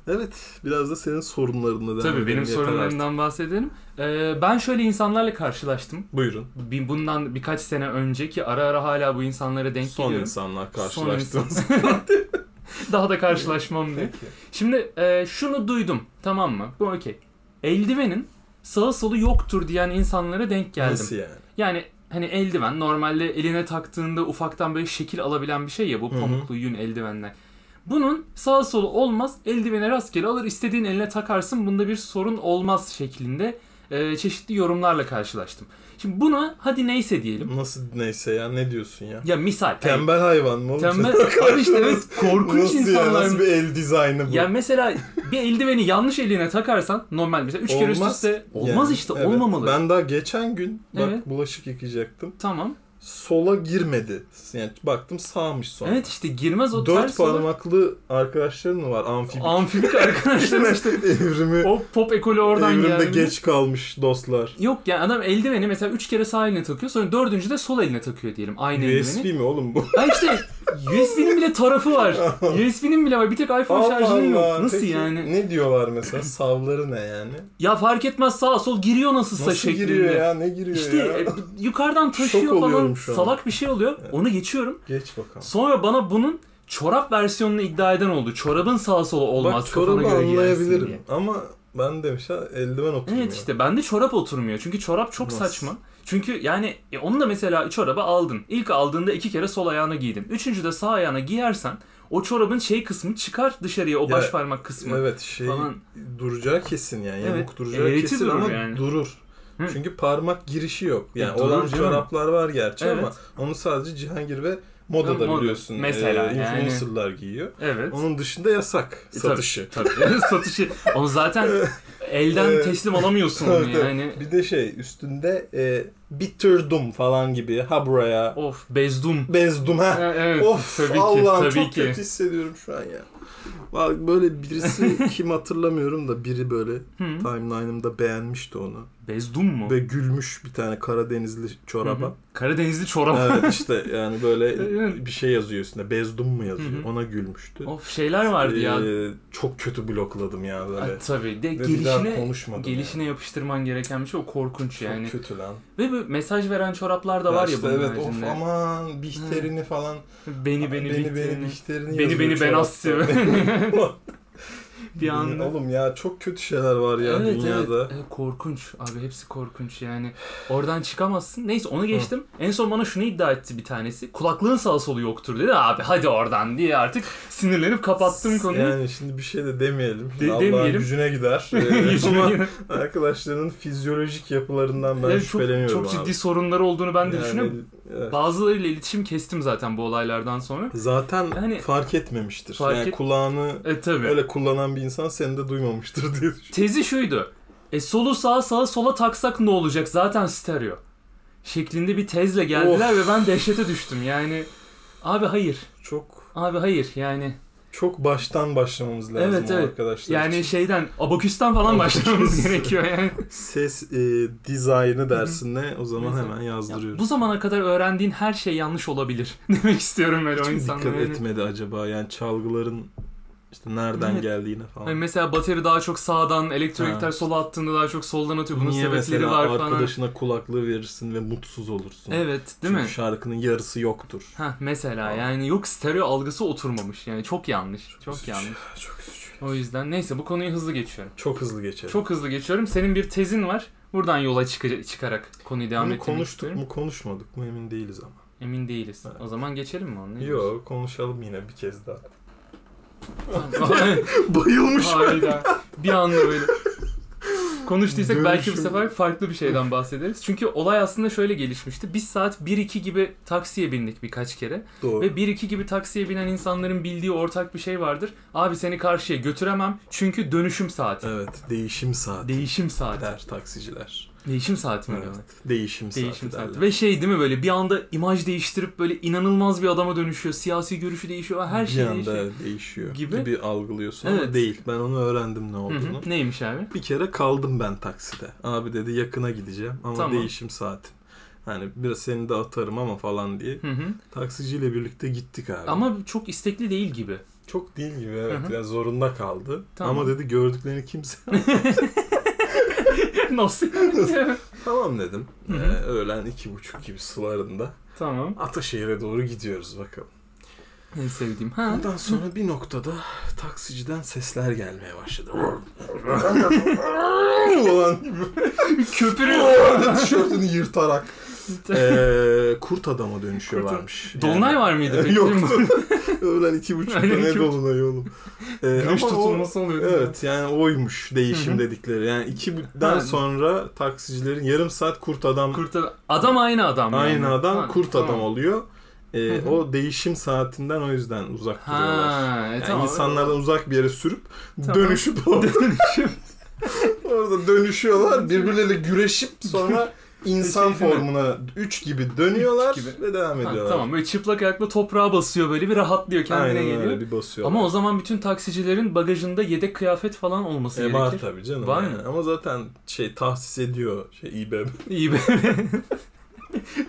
[SPEAKER 1] evet biraz da senin sorunlarına devam
[SPEAKER 2] Tabii
[SPEAKER 1] edelim,
[SPEAKER 2] benim
[SPEAKER 1] yeter artık.
[SPEAKER 2] sorunlarımdan bahsedelim. Ee, ben şöyle insanlarla karşılaştım.
[SPEAKER 1] Buyurun.
[SPEAKER 2] Bir- Bundan birkaç sene önce ki ara ara hala bu insanlara denk
[SPEAKER 1] Son
[SPEAKER 2] geliyorum.
[SPEAKER 1] insanlar
[SPEAKER 2] Son
[SPEAKER 1] karşılaştığımız.
[SPEAKER 2] insan- Daha da karşılaşmam diye.
[SPEAKER 1] Peki.
[SPEAKER 2] Şimdi e, şunu duydum tamam mı? Bu okey. Eldivenin sağı solu yoktur diyen insanlara denk geldim.
[SPEAKER 1] Nasıl yani?
[SPEAKER 2] Yani hani eldiven normalde eline taktığında ufaktan böyle şekil alabilen bir şey ya bu
[SPEAKER 1] Hı hı.
[SPEAKER 2] pamuklu yün eldivenler. Bunun sağa solu olmaz eldivene rastgele alır istediğin eline takarsın bunda bir sorun olmaz şeklinde e, çeşitli yorumlarla karşılaştım. Şimdi buna hadi neyse diyelim.
[SPEAKER 1] Nasıl neyse ya ne diyorsun ya?
[SPEAKER 2] Ya misal. hani
[SPEAKER 1] Tembel hayvan mı oğlum?
[SPEAKER 2] Tembel.
[SPEAKER 1] Sen-
[SPEAKER 2] Abi işte evet, korkunç
[SPEAKER 1] nasıl Ya,
[SPEAKER 2] insanlar.
[SPEAKER 1] nasıl bir el dizaynı bu?
[SPEAKER 2] Ya mesela bir eldiveni yanlış eline takarsan normal mesela 3 kere üst
[SPEAKER 1] Olmaz.
[SPEAKER 2] üste
[SPEAKER 1] Yani,
[SPEAKER 2] olmaz işte
[SPEAKER 1] evet.
[SPEAKER 2] olmamalı.
[SPEAKER 1] Ben daha geçen gün bak
[SPEAKER 2] Evet.
[SPEAKER 1] bulaşık yıkayacaktım.
[SPEAKER 2] Tamam.
[SPEAKER 1] Sola girmedi. Yani baktım sağmış sonra.
[SPEAKER 2] Evet işte girmez o
[SPEAKER 1] Dört
[SPEAKER 2] ters olur.
[SPEAKER 1] parmaklı arkadaşların mı var amfibik?
[SPEAKER 2] Amfibik arkadaşlar işte
[SPEAKER 1] evrimi
[SPEAKER 2] o pop ekolü oradan
[SPEAKER 1] Evrimde
[SPEAKER 2] geldi.
[SPEAKER 1] geç kalmış dostlar.
[SPEAKER 2] Yok yani adam eldiveni mesela 3 kere sağ eline takıyor sonra dördüncü de sol eline takıyor diyelim aynı
[SPEAKER 1] USB
[SPEAKER 2] eldiveni.
[SPEAKER 1] mi oğlum bu?
[SPEAKER 2] Ha işte USB'nin bile tarafı var. USB'nin bile var. Bir tek iPhone şarjının yok. Nasıl
[SPEAKER 1] Peki,
[SPEAKER 2] yani?
[SPEAKER 1] Ne diyorlar mesela? Savları ne yani?
[SPEAKER 2] Ya fark etmez sağa sol giriyor nasılsa
[SPEAKER 1] Nasıl
[SPEAKER 2] şeklinde.
[SPEAKER 1] giriyor ya? Ne giriyor
[SPEAKER 2] İşte
[SPEAKER 1] ya?
[SPEAKER 2] e, bu- yukarıdan taşıyor
[SPEAKER 1] Şok
[SPEAKER 2] falan
[SPEAKER 1] oluyorum şu an.
[SPEAKER 2] salak bir şey oluyor.
[SPEAKER 1] Evet.
[SPEAKER 2] Onu geçiyorum.
[SPEAKER 1] Geç bakalım.
[SPEAKER 2] Sonra bana bunun çorap versiyonunu iddia eden oldu. Çorabın sağa sola olmaz.
[SPEAKER 1] Bak
[SPEAKER 2] kafana
[SPEAKER 1] çorabı
[SPEAKER 2] göre giyersin
[SPEAKER 1] anlayabilirim
[SPEAKER 2] diye.
[SPEAKER 1] ama ben demiş ha eldiven oturmuyor.
[SPEAKER 2] Evet işte bende çorap oturmuyor. Çünkü çorap çok
[SPEAKER 1] Nasıl?
[SPEAKER 2] saçma. Çünkü yani e, onu da mesela çorabı aldın. İlk aldığında iki kere sol ayağına giydin. Üçüncü de sağ ayağına giyersen o çorabın şey kısmı çıkar dışarıya o
[SPEAKER 1] Ya,
[SPEAKER 2] baş parmak kısmı.
[SPEAKER 1] Evet şey
[SPEAKER 2] Falan.
[SPEAKER 1] duracağı kesin yani.
[SPEAKER 2] Evet,
[SPEAKER 1] Yamuk duracağı
[SPEAKER 2] eğreti
[SPEAKER 1] kesin
[SPEAKER 2] durur
[SPEAKER 1] ama
[SPEAKER 2] yani.
[SPEAKER 1] durur.
[SPEAKER 2] Hı.
[SPEAKER 1] Çünkü parmak girişi yok.
[SPEAKER 2] Ya,
[SPEAKER 1] Yani
[SPEAKER 2] durur
[SPEAKER 1] olan
[SPEAKER 2] canım.
[SPEAKER 1] çoraplar var gerçi ama
[SPEAKER 2] Evet.
[SPEAKER 1] onu sadece Cihangir ve Moda'da
[SPEAKER 2] Moda.
[SPEAKER 1] biliyorsun.
[SPEAKER 2] Mesela
[SPEAKER 1] e,
[SPEAKER 2] yani.
[SPEAKER 1] influencerlar giyiyor.
[SPEAKER 2] Evet.
[SPEAKER 1] Onun dışında yasak
[SPEAKER 2] E,
[SPEAKER 1] satışı.
[SPEAKER 2] Tabii. Satışı. Onu zaten elden
[SPEAKER 1] Evet.
[SPEAKER 2] teslim alamıyorsun onu
[SPEAKER 1] Tabii, tabii.
[SPEAKER 2] yani.
[SPEAKER 1] Bir de şey üstünde e, bitterdum falan gibi ha buraya
[SPEAKER 2] Of bezdum.
[SPEAKER 1] bezdum ha.
[SPEAKER 2] Ha, Evet,
[SPEAKER 1] of
[SPEAKER 2] tabii ki,
[SPEAKER 1] Allah'ım
[SPEAKER 2] tabii
[SPEAKER 1] çok
[SPEAKER 2] ki.
[SPEAKER 1] kötü hissediyorum şu an ya. Bak böyle birisi kim hatırlamıyorum da biri böyle
[SPEAKER 2] Hı.
[SPEAKER 1] timeline'ımda beğenmişti onu.
[SPEAKER 2] Bezdum mu?
[SPEAKER 1] Ve gülmüş bir tane Karadenizli
[SPEAKER 2] Hı hı.
[SPEAKER 1] çoraba.
[SPEAKER 2] Karadenizli çorap.
[SPEAKER 1] evet işte yani böyle
[SPEAKER 2] Evet.
[SPEAKER 1] bir şey yazıyor üstünde. Bezdum mu yazıyor.
[SPEAKER 2] Hı hı.
[SPEAKER 1] Ona gülmüştü.
[SPEAKER 2] Of şeyler vardı ya.
[SPEAKER 1] Ee, çok kötü blokladım ya böyle.
[SPEAKER 2] Ay, tabii. De,
[SPEAKER 1] Ve bir daha
[SPEAKER 2] gelişine
[SPEAKER 1] konuşmadım
[SPEAKER 2] gelişine yapıştırman gereken bir şey o korkunç
[SPEAKER 1] yani.
[SPEAKER 2] yani.
[SPEAKER 1] Çok kötü lan.
[SPEAKER 2] Ve bu mesaj veren çoraplar da
[SPEAKER 1] Ya
[SPEAKER 2] var ya
[SPEAKER 1] işte
[SPEAKER 2] bunun
[SPEAKER 1] evet of
[SPEAKER 2] haricinde.
[SPEAKER 1] aman bihterini falan.
[SPEAKER 2] Beni beni
[SPEAKER 1] beni, beni
[SPEAKER 2] beni
[SPEAKER 1] bihterini
[SPEAKER 2] beni beni ben bir
[SPEAKER 1] Bir
[SPEAKER 2] anda.
[SPEAKER 1] Oğlum ya çok kötü şeyler var ya
[SPEAKER 2] evet,
[SPEAKER 1] dünyada.
[SPEAKER 2] evet. E, korkunç abi hepsi korkunç yani. Oradan çıkamazsın. Neyse onu geçtim. En son bana şunu iddia etti bir tanesi. Kulaklığın sağ solu yoktur dedi. Abi hadi oradan diye artık sinirlenip kapattım konuyu.
[SPEAKER 1] Yani şimdi bir şey de demeyelim. Şimdi
[SPEAKER 2] De-
[SPEAKER 1] Allah'ın
[SPEAKER 2] demeyelim.
[SPEAKER 1] gücüne gider. Ee, ama arkadaşlarının fizyolojik yapılarından ben
[SPEAKER 2] Evet, çok,
[SPEAKER 1] şüpheleniyorum
[SPEAKER 2] çok
[SPEAKER 1] abi.
[SPEAKER 2] ciddi sorunları olduğunu ben de
[SPEAKER 1] Yani
[SPEAKER 2] düşünüyorum.
[SPEAKER 1] Evet.
[SPEAKER 2] Bazılarıyla iletişim kestim zaten bu olaylardan sonra.
[SPEAKER 1] Zaten
[SPEAKER 2] Hani-
[SPEAKER 1] fark etmemiştir.
[SPEAKER 2] Fark
[SPEAKER 1] yani
[SPEAKER 2] et-
[SPEAKER 1] kulağını
[SPEAKER 2] E tabii.
[SPEAKER 1] öyle kullanan bir insan seni de duymamıştır diye düşünüyorum.
[SPEAKER 2] Tezi şuydu. E solu sağa sağa sola taksak ne olacak zaten stereo. Şeklinde bir tezle geldiler ve ben dehşete düştüm yani. Abi hayır.
[SPEAKER 1] Çok
[SPEAKER 2] Abi hayır yani.
[SPEAKER 1] çok baştan başlamamız lazım
[SPEAKER 2] Evet,
[SPEAKER 1] o
[SPEAKER 2] evet.
[SPEAKER 1] arkadaşlar.
[SPEAKER 2] Yani şey-
[SPEAKER 1] için.
[SPEAKER 2] şeyden abaküsten falan başlamamız
[SPEAKER 1] şey. Abaküs.
[SPEAKER 2] gerekiyor yani.
[SPEAKER 1] ses e, dizaynı dersine o zaman
[SPEAKER 2] Mesela-
[SPEAKER 1] hemen
[SPEAKER 2] Ya
[SPEAKER 1] yazdırıyorum.
[SPEAKER 2] bu zamana kadar öğrendiğin her şey yanlış olabilir demek istiyorum böyle
[SPEAKER 1] Hiç
[SPEAKER 2] o
[SPEAKER 1] mi
[SPEAKER 2] insanlara.
[SPEAKER 1] dikkat
[SPEAKER 2] Yani-
[SPEAKER 1] etmedi acaba yani çalgıların işte nereden
[SPEAKER 2] Evet.
[SPEAKER 1] geldiğine falan.
[SPEAKER 2] Hani mesela bateri daha çok sağdan, elektro
[SPEAKER 1] Ha.
[SPEAKER 2] gitar sola attığında daha çok soldan atıyor. Bunun
[SPEAKER 1] Niye
[SPEAKER 2] sebepleri
[SPEAKER 1] mesela
[SPEAKER 2] var falan.
[SPEAKER 1] arkadaşına kulaklığı verirsin ve mutsuz olursun?
[SPEAKER 2] Evet, değil
[SPEAKER 1] Çünkü
[SPEAKER 2] mi?
[SPEAKER 1] şarkının yarısı yoktur.
[SPEAKER 2] Ha mesela
[SPEAKER 1] Aa.
[SPEAKER 2] yani yok stereo algısı oturmamış. Yani çok yanlış. Çok,
[SPEAKER 1] üzücü.
[SPEAKER 2] yanlış.
[SPEAKER 1] Çok üzücü.
[SPEAKER 2] O yüzden neyse bu konuyu hızlı geçiyorum.
[SPEAKER 1] Çok hızlı geçelim.
[SPEAKER 2] Çok hızlı geçiyorum. Senin bir tezin var. Buradan yola çıka- çıkarak konuyu devam
[SPEAKER 1] Bunu
[SPEAKER 2] ettirmek
[SPEAKER 1] konuştuk
[SPEAKER 2] istiyorum.
[SPEAKER 1] mu konuşmadık mı emin değiliz ama.
[SPEAKER 2] Emin değiliz.
[SPEAKER 1] Evet.
[SPEAKER 2] O zaman geçelim mi onu? Ne diyorsun?
[SPEAKER 1] Yok konuşalım yine bir kez daha.
[SPEAKER 2] Vay,
[SPEAKER 1] Bayılmış.
[SPEAKER 2] Hayda. Bir anda böyle. Konuştuysak belki bu
[SPEAKER 1] Dönüşüm.
[SPEAKER 2] sefer farklı bir şeyden bahsederiz. Çünkü olay aslında şöyle gelişmişti. Biz saat 1-2 gibi taksiye bindik birkaç kere.
[SPEAKER 1] Doğru.
[SPEAKER 2] Ve 1-2 gibi taksiye binen insanların bildiği ortak bir şey vardır. Abi seni karşıya götüremem çünkü dönüşüm saati.
[SPEAKER 1] Evet değişim saati
[SPEAKER 2] Değişim saati.
[SPEAKER 1] der taksiciler.
[SPEAKER 2] Değişim saati mi
[SPEAKER 1] Evet.
[SPEAKER 2] diyorlar?
[SPEAKER 1] Değişim,
[SPEAKER 2] Değişim
[SPEAKER 1] saati,
[SPEAKER 2] saati.
[SPEAKER 1] derler.
[SPEAKER 2] Ve şey değil mi böyle bir anda imaj değiştirip böyle inanılmaz bir adama dönüşüyor. Siyasi görüşü değişiyor. Her
[SPEAKER 1] bir
[SPEAKER 2] şey
[SPEAKER 1] anda
[SPEAKER 2] değişiyor.
[SPEAKER 1] değişiyor
[SPEAKER 2] Gibi.
[SPEAKER 1] gibi, algılıyorsun
[SPEAKER 2] Evet.
[SPEAKER 1] ama değil. Ben onu öğrendim ne
[SPEAKER 2] Hı hı.
[SPEAKER 1] olduğunu.
[SPEAKER 2] Neymiş abi?
[SPEAKER 1] Bir kere kaldım ben takside. Abi dedi yakına gideceğim ama
[SPEAKER 2] Tamam.
[SPEAKER 1] değişim saati. Hani biraz seni de atarım ama falan diye.
[SPEAKER 2] Hı hı.
[SPEAKER 1] Taksiciyle birlikte gittik abi.
[SPEAKER 2] Ama çok istekli değil gibi.
[SPEAKER 1] çok değil gibi evet.
[SPEAKER 2] Hı hı.
[SPEAKER 1] Yani zorunda kaldı.
[SPEAKER 2] Tamam.
[SPEAKER 1] Ama dedi gördüklerini kimse
[SPEAKER 2] Nasıl?
[SPEAKER 1] Tamam dedim.
[SPEAKER 2] Hı hı.
[SPEAKER 1] Ee, öğlen iki buçuk gibi sularında.
[SPEAKER 2] tamam.
[SPEAKER 1] Ataşehir'e doğru gidiyoruz bakalım.
[SPEAKER 2] En sevdiğim. Ha.
[SPEAKER 1] Ondan sonra bir noktada taksiciden sesler gelmeye başladı. Ulan
[SPEAKER 2] Köpürüyor.
[SPEAKER 1] tişörtünü yırtarak ee, kurt adama dönüşüyorlarmış. Yani-
[SPEAKER 2] Dolunay var mıydı peki?
[SPEAKER 1] Yoktu. Öğlen iki buçukta
[SPEAKER 2] Öğlen
[SPEAKER 1] ne
[SPEAKER 2] iki buçuk.
[SPEAKER 1] dolunay oğlum. Ee,
[SPEAKER 2] Güneş
[SPEAKER 1] ama o-
[SPEAKER 2] tutulması oluyor. değil mi?
[SPEAKER 1] Evet yani oymuş değişim
[SPEAKER 2] Hı hı.
[SPEAKER 1] dedikleri. Yani ikiden
[SPEAKER 2] Ha.
[SPEAKER 1] sonra taksicilerin yarım saat kurt adam
[SPEAKER 2] Kurt adam. Adam aynı adam. yani.
[SPEAKER 1] aynı adam
[SPEAKER 2] Ha,
[SPEAKER 1] kurt
[SPEAKER 2] tamam.
[SPEAKER 1] adam oluyor. Ee,
[SPEAKER 2] Hı hı.
[SPEAKER 1] o değişim saatinden o yüzden uzak duruyorlar.
[SPEAKER 2] Ha, e,
[SPEAKER 1] Yani
[SPEAKER 2] tamam.
[SPEAKER 1] insanlardan uzak bir yere sürüp
[SPEAKER 2] Tamam.
[SPEAKER 1] dönüşüp orada,
[SPEAKER 2] Dönüşüm.
[SPEAKER 1] orada dönüşüyorlar. Birbirleriyle güreşip sonra insan
[SPEAKER 2] Şey değil mi?
[SPEAKER 1] formuna 3 gibi dönüyorlar
[SPEAKER 2] Üç gibi.
[SPEAKER 1] ve devam
[SPEAKER 2] Ha,
[SPEAKER 1] ediyorlar.
[SPEAKER 2] tamam böyle çıplak ayakla toprağa basıyor böyle bir rahatlıyor kendine
[SPEAKER 1] Aynen
[SPEAKER 2] geliyor.
[SPEAKER 1] öyle bir basıyorlar.
[SPEAKER 2] Ama o zaman bütün taksicilerin bagajında yedek kıyafet falan olması
[SPEAKER 1] E, var
[SPEAKER 2] gerekir.
[SPEAKER 1] tabii canım.
[SPEAKER 2] Var
[SPEAKER 1] yani.
[SPEAKER 2] mı?
[SPEAKER 1] Ama zaten şey tahsis ediyor şey İBB.
[SPEAKER 2] İyi be.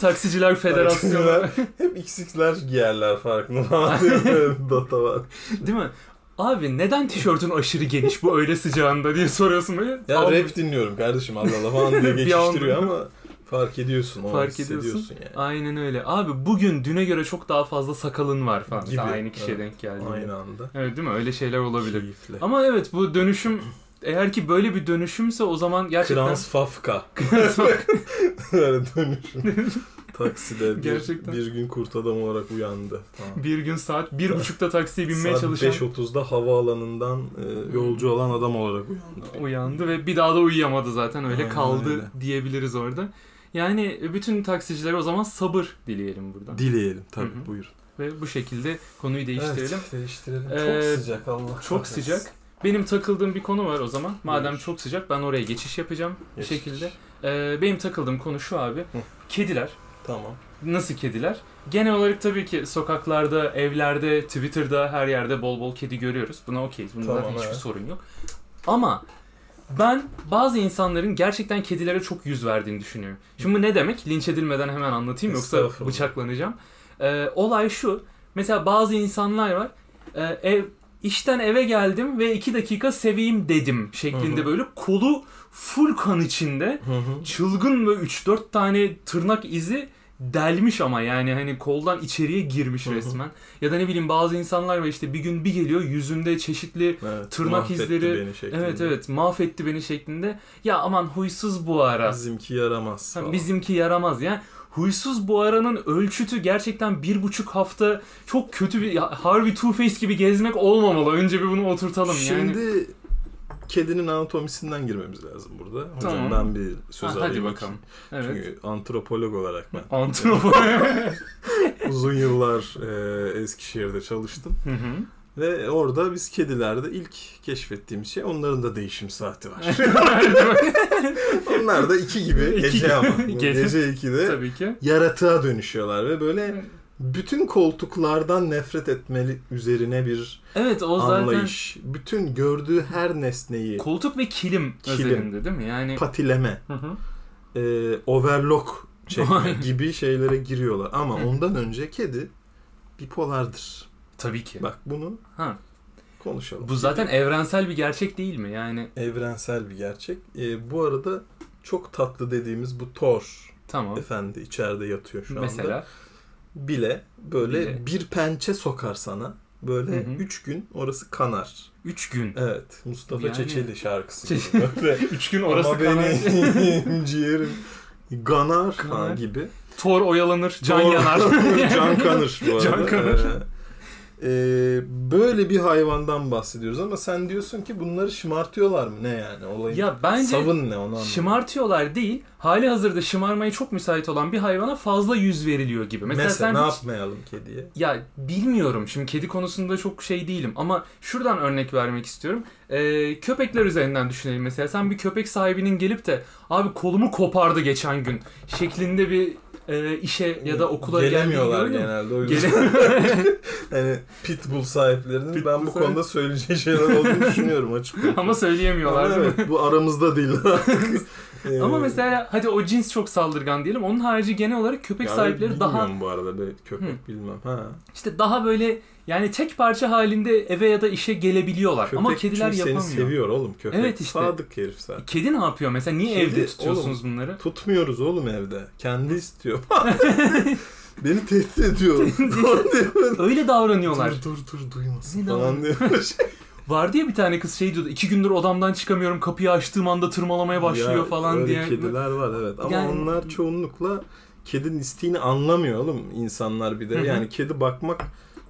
[SPEAKER 2] Taksiciler Federasyonu.
[SPEAKER 1] Taksiciler hep XX'ler giyerler farkında falan diye böyle data var.
[SPEAKER 2] Değil mi? Abi neden tişörtün aşırı geniş bu öyle sıcağında diye soruyorsun böyle.
[SPEAKER 1] Ya
[SPEAKER 2] Al-
[SPEAKER 1] rap dinliyorum kardeşim Allah Allah falan diye
[SPEAKER 2] Bir
[SPEAKER 1] geçiştiriyor
[SPEAKER 2] anda.
[SPEAKER 1] ama fark ediyorsun. O
[SPEAKER 2] Fark
[SPEAKER 1] fark ediyorsun yani.
[SPEAKER 2] Aynen öyle. Abi bugün düne göre çok daha fazla sakalın var falan.
[SPEAKER 1] Gibi.
[SPEAKER 2] Aynı kişiye
[SPEAKER 1] Evet.
[SPEAKER 2] denk geldi.
[SPEAKER 1] Aynı anda.
[SPEAKER 2] Evet değil mi? Öyle şeyler olabilir.
[SPEAKER 1] Keyifli.
[SPEAKER 2] Ama evet bu dönüşüm eğer ki böyle bir dönüşümse o zaman gerçekten
[SPEAKER 1] Transfafka. Böyle dönüşüm. Takside bir,
[SPEAKER 2] Gerçekten.
[SPEAKER 1] bir gün kurt adam olarak uyandı. Tamam.
[SPEAKER 2] bir gün saat bir buçukta taksiye binmeye
[SPEAKER 1] Saat
[SPEAKER 2] çalışan
[SPEAKER 1] 5.30'da havaalanından e, yolcu olan adam olarak uyandı.
[SPEAKER 2] uyandı ve bir daha da uyuyamadı zaten öyle
[SPEAKER 1] Aynen
[SPEAKER 2] kaldı
[SPEAKER 1] öyle.
[SPEAKER 2] diyebiliriz orada. Yani bütün taksicilere o zaman sabır dileyelim buradan.
[SPEAKER 1] Dileyelim tabii
[SPEAKER 2] Hı hı.
[SPEAKER 1] buyurun.
[SPEAKER 2] ve bu şekilde konuyu değiştirelim.
[SPEAKER 1] Evet, değiştirelim.
[SPEAKER 2] Ee,
[SPEAKER 1] çok sıcak Allah
[SPEAKER 2] Çok
[SPEAKER 1] kahretsin.
[SPEAKER 2] sıcak. Benim takıldığım bir konu var o zaman. Madem
[SPEAKER 1] Buyur.
[SPEAKER 2] çok sıcak ben oraya geçiş yapacağım bir
[SPEAKER 1] Geçiş.
[SPEAKER 2] şekilde. Ee, benim takıldığım konu şu abi. Kediler
[SPEAKER 1] Tamam.
[SPEAKER 2] Nasıl kediler? Genel olarak tabii ki sokaklarda, evlerde, Twitter'da her yerde bol bol kedi görüyoruz. Buna okeyiz. Bunda
[SPEAKER 1] Tamam,
[SPEAKER 2] zaten hiçbir
[SPEAKER 1] evet.
[SPEAKER 2] sorun yok. Ama ben bazı insanların gerçekten kedilere çok yüz verdiğini düşünüyorum. Şimdi bu ne demek? Linç edilmeden hemen anlatayım yoksa
[SPEAKER 1] Estağfurullah.
[SPEAKER 2] bıçaklanacağım. Ee, olay şu. Mesela bazı insanlar var. Ee, ev işten eve geldim ve iki dakika seveyim dedim şeklinde
[SPEAKER 1] Hı hı.
[SPEAKER 2] böyle kolu full kan içinde
[SPEAKER 1] Hı hı.
[SPEAKER 2] çılgın ve 3-4 tane tırnak izi delmiş ama yani hani koldan içeriye girmiş
[SPEAKER 1] Hı hı.
[SPEAKER 2] resmen. Ya da ne bileyim bazı insanlar ve işte bir gün bir geliyor yüzünde çeşitli
[SPEAKER 1] Evet,
[SPEAKER 2] Tırnak
[SPEAKER 1] mahvetti
[SPEAKER 2] izleri-
[SPEAKER 1] beni şeklinde.
[SPEAKER 2] evet evet mahvetti beni şeklinde. Ya aman huysuz bu ara.
[SPEAKER 1] Bizimki yaramaz.
[SPEAKER 2] Ha,
[SPEAKER 1] falan.
[SPEAKER 2] Bizimki yaramaz yani. Huysuz bu aranın ölçütü gerçekten bir buçuk hafta çok kötü bir ya Harvey Two Face gibi gezmek olmamalı. Önce bir bunu oturtalım yani.
[SPEAKER 1] Şimdi kedinin anatomisinden girmemiz lazım burada. Hocam
[SPEAKER 2] Tamam.
[SPEAKER 1] ben bir söz
[SPEAKER 2] Ha,
[SPEAKER 1] alayım.
[SPEAKER 2] hadi bakalım. Evet.
[SPEAKER 1] Çünkü antropolog olarak ben
[SPEAKER 2] Antropolog.
[SPEAKER 1] uzun yıllar e, Eskişehir'de çalıştım.
[SPEAKER 2] Hı hı.
[SPEAKER 1] Ve orada biz kedilerde ilk keşfettiğimiz şey onların da değişim saati var. Onlar da iki gibi
[SPEAKER 2] İki
[SPEAKER 1] gece ama.
[SPEAKER 2] gibi. Gece.
[SPEAKER 1] Gece 2'de
[SPEAKER 2] Tabii ki.
[SPEAKER 1] yaratığa dönüşüyorlar ve böyle
[SPEAKER 2] Evet.
[SPEAKER 1] bütün koltuklardan nefret etmeli üzerine bir
[SPEAKER 2] Evet o zaten
[SPEAKER 1] anlayış. Bütün gördüğü her nesneyi
[SPEAKER 2] koltuk ve kilim,
[SPEAKER 1] Kilim.
[SPEAKER 2] özelinde değil mi? Yani
[SPEAKER 1] patileme,
[SPEAKER 2] Hı hı.
[SPEAKER 1] e, overlock çekme
[SPEAKER 2] Aynen.
[SPEAKER 1] gibi şeylere giriyorlar. Ama
[SPEAKER 2] Hı.
[SPEAKER 1] ondan önce kedi bipolardır.
[SPEAKER 2] tabii ki.
[SPEAKER 1] Bak bunu
[SPEAKER 2] Ha.
[SPEAKER 1] konuşalım.
[SPEAKER 2] Bu zaten evrensel bir gerçek değil mi? Yani
[SPEAKER 1] evrensel bir gerçek. E, bu arada çok tatlı dediğimiz bu Thor
[SPEAKER 2] tamam.
[SPEAKER 1] efendi içeride yatıyor şu anda.
[SPEAKER 2] Mesela
[SPEAKER 1] Bile böyle
[SPEAKER 2] Bile.
[SPEAKER 1] bir pençe sokar sana. Böyle
[SPEAKER 2] Hı hı.
[SPEAKER 1] üç gün orası kanar.
[SPEAKER 2] 3 gün.
[SPEAKER 1] Evet. Mustafa
[SPEAKER 2] Yani-
[SPEAKER 1] Çeçeli şarkısı.
[SPEAKER 2] Çe-
[SPEAKER 1] gibi böyle.
[SPEAKER 2] 3 gün
[SPEAKER 1] Ama
[SPEAKER 2] orası kanar.
[SPEAKER 1] benim ciğerim ganar,
[SPEAKER 2] Ganar.
[SPEAKER 1] gibi.
[SPEAKER 2] Tor oyalanır, can
[SPEAKER 1] Doğru.
[SPEAKER 2] yanar.
[SPEAKER 1] can kanır bu arada.
[SPEAKER 2] Can kanır.
[SPEAKER 1] Ee, e, böyle bir hayvandan bahsediyoruz ama sen diyorsun ki bunları şımartıyorlar mı? Ne yani olayın?
[SPEAKER 2] Ya bence
[SPEAKER 1] Savın ne onu anlamadım.
[SPEAKER 2] şımartıyorlar değil, hali hazırda şımarmaya çok müsait olan bir hayvana fazla yüz veriliyor gibi. Mesela,
[SPEAKER 1] Mesela,
[SPEAKER 2] sen
[SPEAKER 1] ne
[SPEAKER 2] hiç-
[SPEAKER 1] yapmayalım kediye?
[SPEAKER 2] Ya bilmiyorum şimdi kedi konusunda çok şey değilim ama şuradan örnek vermek istiyorum. Ee, köpekler üzerinden düşünelim mesela. Sen bir köpek sahibinin gelip de abi kolumu kopardı geçen gün şeklinde bir e, işe ya da okula
[SPEAKER 1] gelemiyorlar
[SPEAKER 2] geldiğini gördün mü?
[SPEAKER 1] genelde o yüzden. yani pitbull sahiplerinin
[SPEAKER 2] Pitbull
[SPEAKER 1] ben bu
[SPEAKER 2] sahip-
[SPEAKER 1] konuda söyleyeceği şeyler olduğunu düşünüyorum açıkçası.
[SPEAKER 2] ama söyleyemiyorlar
[SPEAKER 1] Ama
[SPEAKER 2] değil mi?
[SPEAKER 1] evet, bu aramızda değil artık. Ee,
[SPEAKER 2] Ama mesela hadi o cins çok saldırgan diyelim. Onun harici genel olarak köpek
[SPEAKER 1] yani
[SPEAKER 2] sahipleri daha
[SPEAKER 1] Bilmiyorum bu arada be, köpek bilmem. Ha.
[SPEAKER 2] işte daha böyle yani tek parça halinde eve ya da işe gelebiliyorlar.
[SPEAKER 1] Köpek
[SPEAKER 2] Ama kediler
[SPEAKER 1] çünkü
[SPEAKER 2] yapamıyor.
[SPEAKER 1] seni seviyor oğlum köpek.
[SPEAKER 2] Evet işte.
[SPEAKER 1] Sadık herif sen.
[SPEAKER 2] Kedi ne yapıyor mesela? Niye
[SPEAKER 1] Kedi-
[SPEAKER 2] evde tutuyorsunuz bunları?
[SPEAKER 1] Tutmuyoruz oğlum evde. Kendi istiyor. Beni tehdit ediyor. dur
[SPEAKER 2] Öyle davranıyorlar.
[SPEAKER 1] dur dur duymasın
[SPEAKER 2] Ne
[SPEAKER 1] falan
[SPEAKER 2] davranıyor?
[SPEAKER 1] diyor.
[SPEAKER 2] Var diye bir tane kız şey diyordu. İki gündür odamdan çıkamıyorum. Kapıyı açtığım anda tırmalamaya başlıyor
[SPEAKER 1] Ya,
[SPEAKER 2] falan
[SPEAKER 1] öyle
[SPEAKER 2] diye.
[SPEAKER 1] kediler var evet ama
[SPEAKER 2] Yani-
[SPEAKER 1] onlar çoğunlukla kedinin isteğini anlamıyor oğlum insanlar bir de.
[SPEAKER 2] Hı hı.
[SPEAKER 1] Yani kedi bakmak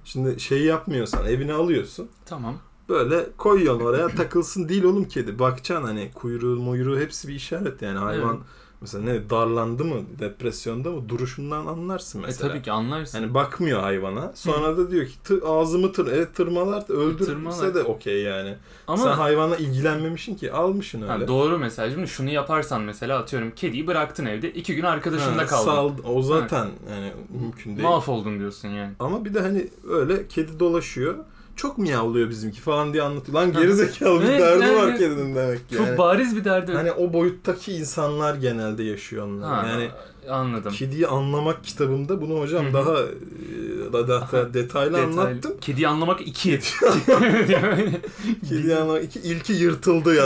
[SPEAKER 1] şimdi şey yapmıyorsan evine alıyorsun.
[SPEAKER 2] Tamam. E,
[SPEAKER 1] Böyle koyuyorsun oraya takılsın değil oğlum kedi. Bakacaksın hani kuyruğu muyruğu hepsi bir işaret yani hayvan.
[SPEAKER 2] Evet.
[SPEAKER 1] Mesela ne darlandı mı depresyonda mı duruşundan anlarsın
[SPEAKER 2] E
[SPEAKER 1] mesela.
[SPEAKER 2] tabii ki anlarsın.
[SPEAKER 1] Yani bakmıyor hayvana. Sonra da diyor ki "Tı- ağzımı tır, evet tırmalar da öldürse
[SPEAKER 2] Tırmalar.
[SPEAKER 1] de okey yani.
[SPEAKER 2] Ama
[SPEAKER 1] Sen hayvana ilgilenmemişsin ki almışsın öyle.
[SPEAKER 2] Ha, doğru mesela. Şimdi şunu yaparsan mesela atıyorum kediyi bıraktın evde. iki gün arkadaşında
[SPEAKER 1] Ha,
[SPEAKER 2] kaldın.
[SPEAKER 1] sal- o zaten yani mümkün değil.
[SPEAKER 2] Mahvoldun diyorsun yani.
[SPEAKER 1] Ama bir de hani öyle kedi dolaşıyor. Çok miyavlıyor bizimki falan diye anlatıyor. Lan gerizekalı bir
[SPEAKER 2] Evet,
[SPEAKER 1] derdi
[SPEAKER 2] yani-
[SPEAKER 1] var kedinin demek ki.
[SPEAKER 2] Çok
[SPEAKER 1] yani.
[SPEAKER 2] bariz bir derdi.
[SPEAKER 1] Hani o boyuttaki insanlar genelde yaşıyor onlar.
[SPEAKER 2] Ha,
[SPEAKER 1] Yani
[SPEAKER 2] anladım.
[SPEAKER 1] kediyi anlamak kitabımda bunu hocam
[SPEAKER 2] Hı hı.
[SPEAKER 1] daha e, da, da, da- detaylı
[SPEAKER 2] Detaylı.
[SPEAKER 1] anlattım.
[SPEAKER 2] Kediyi anlamak iki.
[SPEAKER 1] Kediyi anlamak iki, ilki yırtıldı ya.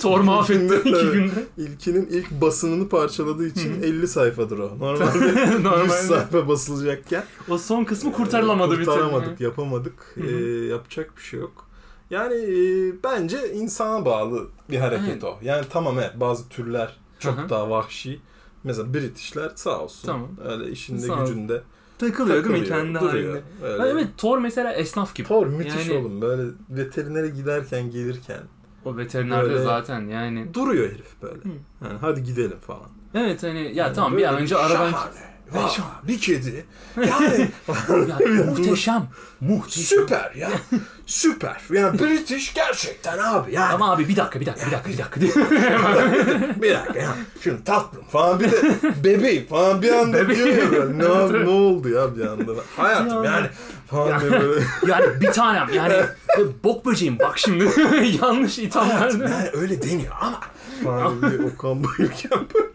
[SPEAKER 2] Tor mahvetti
[SPEAKER 1] Evet.
[SPEAKER 2] iki günde.
[SPEAKER 1] İlkinin ilk basınını parçaladığı için 50 sayfadır o. Normalde
[SPEAKER 2] Normalde.
[SPEAKER 1] 100 sayfa basılacakken
[SPEAKER 2] O son kısmı kurtarılamadı bir türlü.
[SPEAKER 1] Kurtaramadık, yapamadık.
[SPEAKER 2] Hı hı.
[SPEAKER 1] Ee, yapacak bir şey yok. Yani e, bence insana bağlı bir hareket
[SPEAKER 2] Evet.
[SPEAKER 1] o. Yani tamam evet bazı türler çok
[SPEAKER 2] Hı hı.
[SPEAKER 1] daha vahşi. Mesela Britishler sağ olsun.
[SPEAKER 2] Tamam.
[SPEAKER 1] Öyle işinde
[SPEAKER 2] Sağ olsun.
[SPEAKER 1] gücünde
[SPEAKER 2] Takılıyor,
[SPEAKER 1] takılıyor,
[SPEAKER 2] değil mi kendi
[SPEAKER 1] duruyor.
[SPEAKER 2] halinde?
[SPEAKER 1] Öyle.
[SPEAKER 2] Ha, evet Thor mesela esnaf gibi.
[SPEAKER 1] Thor müthiş
[SPEAKER 2] Yani-
[SPEAKER 1] oğlum. Böyle veterinere giderken gelirken
[SPEAKER 2] O veterinerde
[SPEAKER 1] Böyle-
[SPEAKER 2] zaten yani.
[SPEAKER 1] duruyor herif böyle.
[SPEAKER 2] Hı.
[SPEAKER 1] Yani hadi gidelim falan.
[SPEAKER 2] Evet hani ya
[SPEAKER 1] Yani
[SPEAKER 2] tamam bir
[SPEAKER 1] böyle
[SPEAKER 2] an önce aradan
[SPEAKER 1] şahane, vay, bir kedi. Yani
[SPEAKER 2] Ya, muhteşem. Muhteşem.
[SPEAKER 1] Süper ya. Süper. Yani British gerçekten abi. Yani
[SPEAKER 2] Ama abi bir dakika bir dakika bir dakika bir dakika. diye.
[SPEAKER 1] bir dakika ya. Şimdi tatlım falan bir de bebeğim falan bir anda
[SPEAKER 2] Bebeğim.
[SPEAKER 1] diyor ya böyle. Ne, abi, ne oldu ya bir anda? Hayatım
[SPEAKER 2] Ya.
[SPEAKER 1] yani falan diye böyle.
[SPEAKER 2] yani bir tanem yani e, bok böceğim bak şimdi. Yanlış
[SPEAKER 1] Hayatım
[SPEAKER 2] ithamlar.
[SPEAKER 1] yani öyle deniyor ama. Falan diye Okan bayırken böyle.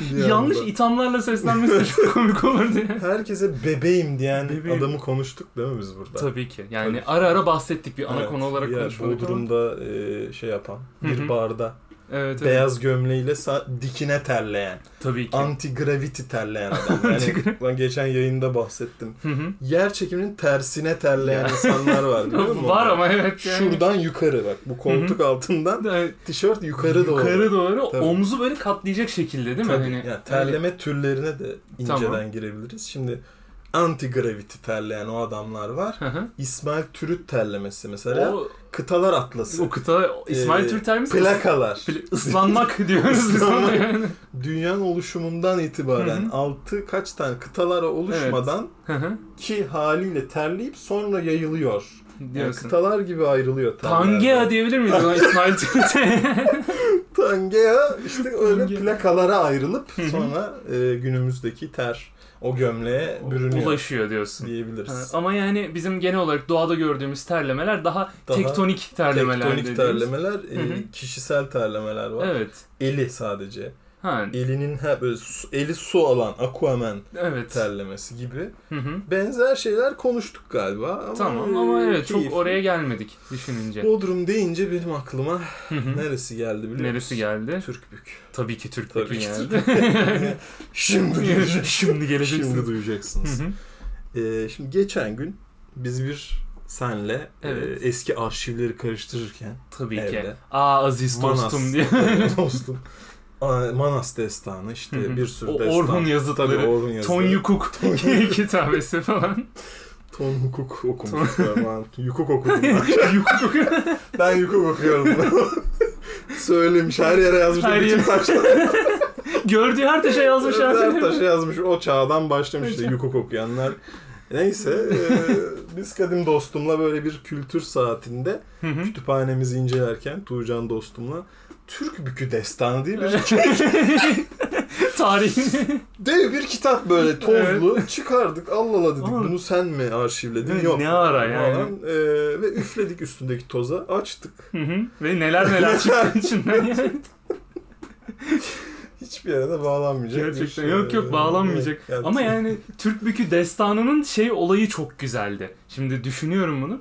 [SPEAKER 1] bir
[SPEAKER 2] Yanlış
[SPEAKER 1] anda.
[SPEAKER 2] ithamlarla seslenmesi de çok komik olurdu. ya.
[SPEAKER 1] Herkese bebeğim diyen
[SPEAKER 2] Bebeğim.
[SPEAKER 1] adamı konuştuk değil mi biz burada?
[SPEAKER 2] Tabii ki. Yani
[SPEAKER 1] Tabii ki.
[SPEAKER 2] ara ara bahsettik bir ana
[SPEAKER 1] Evet,
[SPEAKER 2] konu olarak
[SPEAKER 1] ya,
[SPEAKER 2] konuşmadık. ama-
[SPEAKER 1] Bodrum'da e, şey yapan, bir
[SPEAKER 2] Hı hı.
[SPEAKER 1] barda
[SPEAKER 2] Evet, evet.
[SPEAKER 1] beyaz gömleğiyle sa- dikine terleyen.
[SPEAKER 2] Tabii ki.
[SPEAKER 1] anti gravity terleyen adam. Yani ben geçen yayında bahsettim.
[SPEAKER 2] Hı hı.
[SPEAKER 1] Yer çekiminin tersine terleyen
[SPEAKER 2] Ya.
[SPEAKER 1] insanlar var biliyor musun?
[SPEAKER 2] Var ama evet yani.
[SPEAKER 1] Şuradan yukarı bak bu koltuk altından
[SPEAKER 2] Evet.
[SPEAKER 1] tişört yukarı doğru.
[SPEAKER 2] Yukarı doğru.
[SPEAKER 1] Tabii.
[SPEAKER 2] Omzu böyle katlayacak şekilde değil mi?
[SPEAKER 1] Tabii.
[SPEAKER 2] Hani,
[SPEAKER 1] yani terleme türlerine de inceden
[SPEAKER 2] Tamam.
[SPEAKER 1] girebiliriz. Şimdi anti gravity terleyen o adamlar var.
[SPEAKER 2] Hı hı.
[SPEAKER 1] İsmail Türüt terlemesi mesela.
[SPEAKER 2] o,
[SPEAKER 1] Kıtalar atlası.
[SPEAKER 2] o kıta İsmail
[SPEAKER 1] Ee,
[SPEAKER 2] Türter mi?
[SPEAKER 1] Plakalar.
[SPEAKER 2] Pla- ıslanmak diyoruz biz ona
[SPEAKER 1] Islanmak.
[SPEAKER 2] yani.
[SPEAKER 1] Dünyanın oluşumundan itibaren
[SPEAKER 2] Hı hı.
[SPEAKER 1] altı kaç tane kıtalara oluşmadan
[SPEAKER 2] Hı hı.
[SPEAKER 1] ki haliyle terleyip sonra yayılıyor. Yani
[SPEAKER 2] Diyorsun.
[SPEAKER 1] kıtalar gibi ayrılıyor terlerden.
[SPEAKER 2] Pangea diyebilir miyiz ona İsmail Türter?
[SPEAKER 1] Pangea işte öyle
[SPEAKER 2] Pangea.
[SPEAKER 1] plakalara ayrılıp
[SPEAKER 2] hı.
[SPEAKER 1] sonra e, günümüzdeki ter o gömleğe bürünüyor
[SPEAKER 2] Ulaşıyor diyorsun. Ha,
[SPEAKER 1] diyebiliriz.
[SPEAKER 2] Ama yani bizim genel olarak doğada gördüğümüz terlemeler daha,
[SPEAKER 1] Daha
[SPEAKER 2] tektonik terlemeler
[SPEAKER 1] Tektonik
[SPEAKER 2] dediğimiz.
[SPEAKER 1] terlemeler, e,
[SPEAKER 2] Hı hı.
[SPEAKER 1] kişisel terlemeler var.
[SPEAKER 2] Evet.
[SPEAKER 1] Eli sadece.
[SPEAKER 2] Ha,
[SPEAKER 1] Elinin hep böyle su- eli su alan Aquaman
[SPEAKER 2] evet.
[SPEAKER 1] terlemesi gibi.
[SPEAKER 2] Hı hı.
[SPEAKER 1] Benzer şeyler konuştuk galiba. Ama
[SPEAKER 2] Tamam ama
[SPEAKER 1] e,
[SPEAKER 2] evet çok
[SPEAKER 1] keyifli.
[SPEAKER 2] oraya gelmedik düşününce.
[SPEAKER 1] Bodrum deyince benim aklıma
[SPEAKER 2] Hı hı.
[SPEAKER 1] neresi geldi biliyor musun?
[SPEAKER 2] Neresi geldi?
[SPEAKER 1] Türkbük.
[SPEAKER 2] Tabii ki Türk
[SPEAKER 1] Tabii
[SPEAKER 2] Tabii
[SPEAKER 1] ki
[SPEAKER 2] geldi.
[SPEAKER 1] Türkbük. Şimdi göreceksin.
[SPEAKER 2] Şimdi
[SPEAKER 1] Şimdi
[SPEAKER 2] geleceksin. Hı
[SPEAKER 1] duyacaksınız.
[SPEAKER 2] hı.
[SPEAKER 1] Ee, şimdi geçen gün biz bir senle
[SPEAKER 2] Evet.
[SPEAKER 1] e, eski arşivleri karıştırırken
[SPEAKER 2] Tabii ki.
[SPEAKER 1] evde.
[SPEAKER 2] Aa aziz
[SPEAKER 1] Manas,
[SPEAKER 2] dostum diye.
[SPEAKER 1] evet, dostum. Aa, Manas destanı işte
[SPEAKER 2] Hı hı.
[SPEAKER 1] bir sürü
[SPEAKER 2] O
[SPEAKER 1] destan.
[SPEAKER 2] Orhun yazıtları,
[SPEAKER 1] Tabii Orhun yazıtları.
[SPEAKER 2] Ton Yukuk kitabesi falan.
[SPEAKER 1] Ton hukuk okumuşlar. Ben yukuk okudum.
[SPEAKER 2] Yukuk.
[SPEAKER 1] ben yukuk okuyorum. Söylemiş her yere yazmış.
[SPEAKER 2] Her
[SPEAKER 1] bütün
[SPEAKER 2] yere-
[SPEAKER 1] taşlar-
[SPEAKER 2] Gördüğü her taşa yazmış
[SPEAKER 1] her taşa
[SPEAKER 2] abi.
[SPEAKER 1] yazmış. O çağdan başlamış işte yukuk okuyanlar. Neyse e, biz kadim dostumla böyle bir kültür saatinde
[SPEAKER 2] Hı hı.
[SPEAKER 1] kütüphanemizi incelerken Tuğcan dostumla Türk Bükü Destanı diye bir
[SPEAKER 2] Tarihin.
[SPEAKER 1] dev bir kitap böyle tozlu çıkardık. Allah Allah dedik
[SPEAKER 2] Ama-
[SPEAKER 1] bunu sen mi arşivledin?
[SPEAKER 2] Evet,
[SPEAKER 1] Yok.
[SPEAKER 2] ne ara yani?
[SPEAKER 1] Falan. Ee, ve üfledik üstündeki toza açtık.
[SPEAKER 2] Hı hı. Ve neler neler çıktı içinden yani.
[SPEAKER 1] Hiçbir yere de bağlanmayacak. bir
[SPEAKER 2] Gerçekten
[SPEAKER 1] şey.
[SPEAKER 2] yok yok bağlanmayacak.
[SPEAKER 1] Evet, yani-
[SPEAKER 2] Ama yani Türk Bükü Destanı'nın şey olayı çok güzeldi. Şimdi düşünüyorum bunu.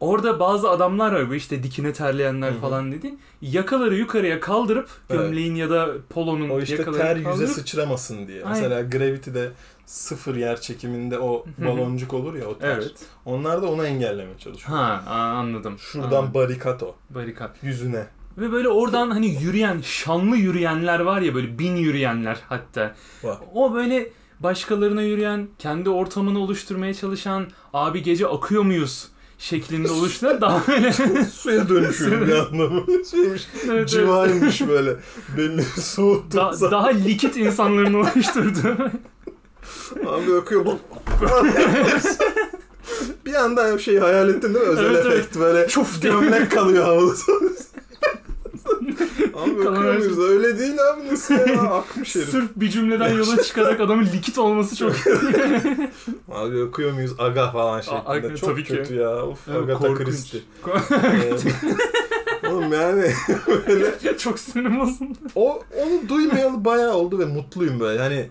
[SPEAKER 2] Orada bazı adamlar var bu işte dikine terleyenler
[SPEAKER 1] Hı hı.
[SPEAKER 2] falan dedi. Yakaları yukarıya kaldırıp
[SPEAKER 1] Evet.
[SPEAKER 2] gömleğin ya da polonun
[SPEAKER 1] o işte
[SPEAKER 2] yakalarını
[SPEAKER 1] ter yüze
[SPEAKER 2] kaldırıp
[SPEAKER 1] sıçramasın diye.
[SPEAKER 2] Aynen.
[SPEAKER 1] Mesela Gravity'de sıfır yer çekiminde o
[SPEAKER 2] Hı hı.
[SPEAKER 1] baloncuk olur ya o ter.
[SPEAKER 2] Evet.
[SPEAKER 1] Onlar da onu engellemeye çalışıyor.
[SPEAKER 2] Ha a- anladım.
[SPEAKER 1] Şuradan
[SPEAKER 2] Anladım.
[SPEAKER 1] barikato
[SPEAKER 2] barikat.
[SPEAKER 1] yüzüne.
[SPEAKER 2] Ve böyle oradan hani yürüyen, şanlı yürüyenler var ya böyle bin yürüyenler hatta.
[SPEAKER 1] Var.
[SPEAKER 2] O böyle başkalarına yürüyen, kendi ortamını oluşturmaya çalışan, abi gece akıyor muyuz şeklinde oluşturan daha böyle
[SPEAKER 1] Suya dönüşüyor bir anlamı. Şey, Şeymiş, civarıymış böyle. Belli soğuttum.
[SPEAKER 2] Da- daha likit insanların oluşturduğu.
[SPEAKER 1] Abi akıyor. bu- bir anda şey hayal ettin değil mi? Özel
[SPEAKER 2] Evet, evet.
[SPEAKER 1] efekt böyle
[SPEAKER 2] Çuf diye.
[SPEAKER 1] gömlek kalıyor havada. abi
[SPEAKER 2] Kalan
[SPEAKER 1] akıyor
[SPEAKER 2] her şey-
[SPEAKER 1] muyuz? Öyle değil abi nasıl ya? Akmış herif.
[SPEAKER 2] Sırf bir cümleden yola çıkarak adamın likit olması çok
[SPEAKER 1] Abi akıyor muyuz? Aga falan şeklinde.
[SPEAKER 2] aga,
[SPEAKER 1] Çok
[SPEAKER 2] tabii ki.
[SPEAKER 1] kötü ya. Of Agatha
[SPEAKER 2] korkunç.
[SPEAKER 1] Christie. Ee, Oğlum yani böyle
[SPEAKER 2] çok sinirim bozuldu.
[SPEAKER 1] o onu duymayalı bayağı oldu ve mutluyum böyle. Hani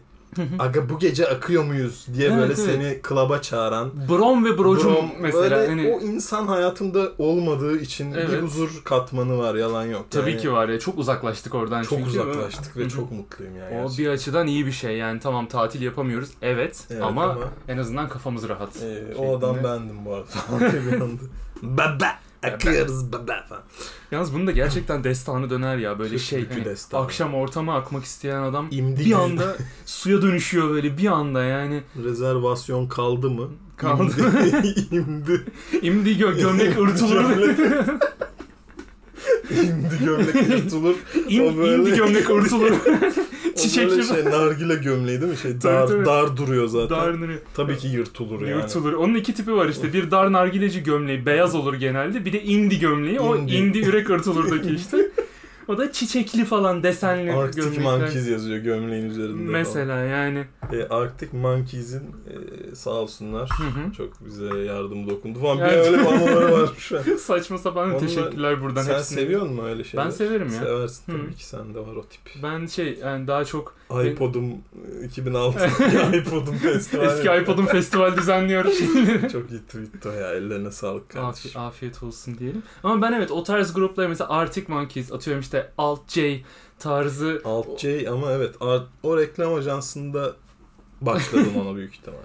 [SPEAKER 1] aga bu gece akıyor muyuz diye
[SPEAKER 2] Evet,
[SPEAKER 1] böyle
[SPEAKER 2] evet.
[SPEAKER 1] seni klaba çağıran
[SPEAKER 2] Brom ve Brocum
[SPEAKER 1] Brom,
[SPEAKER 2] mesela.
[SPEAKER 1] böyle
[SPEAKER 2] hani,
[SPEAKER 1] o insan hayatımda olmadığı için bir
[SPEAKER 2] Evet.
[SPEAKER 1] huzur katmanı var yalan yok.
[SPEAKER 2] tabii
[SPEAKER 1] Yani
[SPEAKER 2] ki var ya çok uzaklaştık oradan
[SPEAKER 1] Çok
[SPEAKER 2] çünkü.
[SPEAKER 1] uzaklaştık
[SPEAKER 2] Hı
[SPEAKER 1] ve
[SPEAKER 2] hı.
[SPEAKER 1] çok mutluyum yani.
[SPEAKER 2] O
[SPEAKER 1] gerçekten.
[SPEAKER 2] bir açıdan iyi bir şey yani tamam tatil yapamıyoruz evet,
[SPEAKER 1] Evet,
[SPEAKER 2] ama, en azından kafamız rahat.
[SPEAKER 1] e,
[SPEAKER 2] Şeklinde.
[SPEAKER 1] o adam bendim bu arada. bir anda. Baba akıyoruz baba falan.
[SPEAKER 2] Yalnız bunun da gerçekten destanı döner ya böyle
[SPEAKER 1] Türk
[SPEAKER 2] şey
[SPEAKER 1] Türkü
[SPEAKER 2] hani
[SPEAKER 1] destanı.
[SPEAKER 2] akşam ortama akmak isteyen adam
[SPEAKER 1] İmdi
[SPEAKER 2] bir
[SPEAKER 1] yüzü-
[SPEAKER 2] anda suya dönüşüyor böyle bir anda yani.
[SPEAKER 1] rezervasyon kaldı mı?
[SPEAKER 2] Kaldı.
[SPEAKER 1] İmdi. İmdi.
[SPEAKER 2] İmdi gö- gömlek ırtılır.
[SPEAKER 1] İmdi gömlek yırtılır. O
[SPEAKER 2] İm,
[SPEAKER 1] böyle-
[SPEAKER 2] İmdi gömlek ırtılır.
[SPEAKER 1] O
[SPEAKER 2] Çiçekli
[SPEAKER 1] böyle şey nargile gömleği değil mi? Şey
[SPEAKER 2] Tabii,
[SPEAKER 1] dar,
[SPEAKER 2] tabii.
[SPEAKER 1] dar duruyor zaten.
[SPEAKER 2] Darnırı.
[SPEAKER 1] Tabii ki yırtılır yani.
[SPEAKER 2] Yırtılır. Onun iki tipi var işte. Bir dar nargileci gömleği beyaz olur genelde. Bir de indi gömleği. O
[SPEAKER 1] İndi.
[SPEAKER 2] indi, ürek ırtılırdaki işte. O da çiçekli falan desenli
[SPEAKER 1] Arctic
[SPEAKER 2] gömlekler.
[SPEAKER 1] Monkeys yazıyor gömleğin üzerinde. falan.
[SPEAKER 2] Mesela yani.
[SPEAKER 1] E, Arctic Monkeys'in e, sağ olsunlar
[SPEAKER 2] Hı hı.
[SPEAKER 1] çok bize yardım dokundu falan. Bir
[SPEAKER 2] Evet.
[SPEAKER 1] öyle bir anıları var şu an.
[SPEAKER 2] Saçma sapan
[SPEAKER 1] Onlar-
[SPEAKER 2] teşekkürler buradan
[SPEAKER 1] Sen
[SPEAKER 2] hepsine.
[SPEAKER 1] seviyor musun öyle şeyleri?
[SPEAKER 2] Ben severim ya.
[SPEAKER 1] Seversin
[SPEAKER 2] Hı.
[SPEAKER 1] tabii ki sende var o tip.
[SPEAKER 2] Ben şey yani daha çok
[SPEAKER 1] iPod'um e, 2006 iPod'um festivali.
[SPEAKER 2] eski iPod'un festival düzenliyor şeyleri.
[SPEAKER 1] Çok iyi tweet o ya ellerine sağlık kardeşim.
[SPEAKER 2] Afi- afiyet olsun diyelim. Ama ben evet o tarz gruplar mesela Arctic Monkeys atıyorum işte Alt J tarzı
[SPEAKER 1] Alt J ama evet Ar- o reklam ajansında başladım ona büyük ihtimal.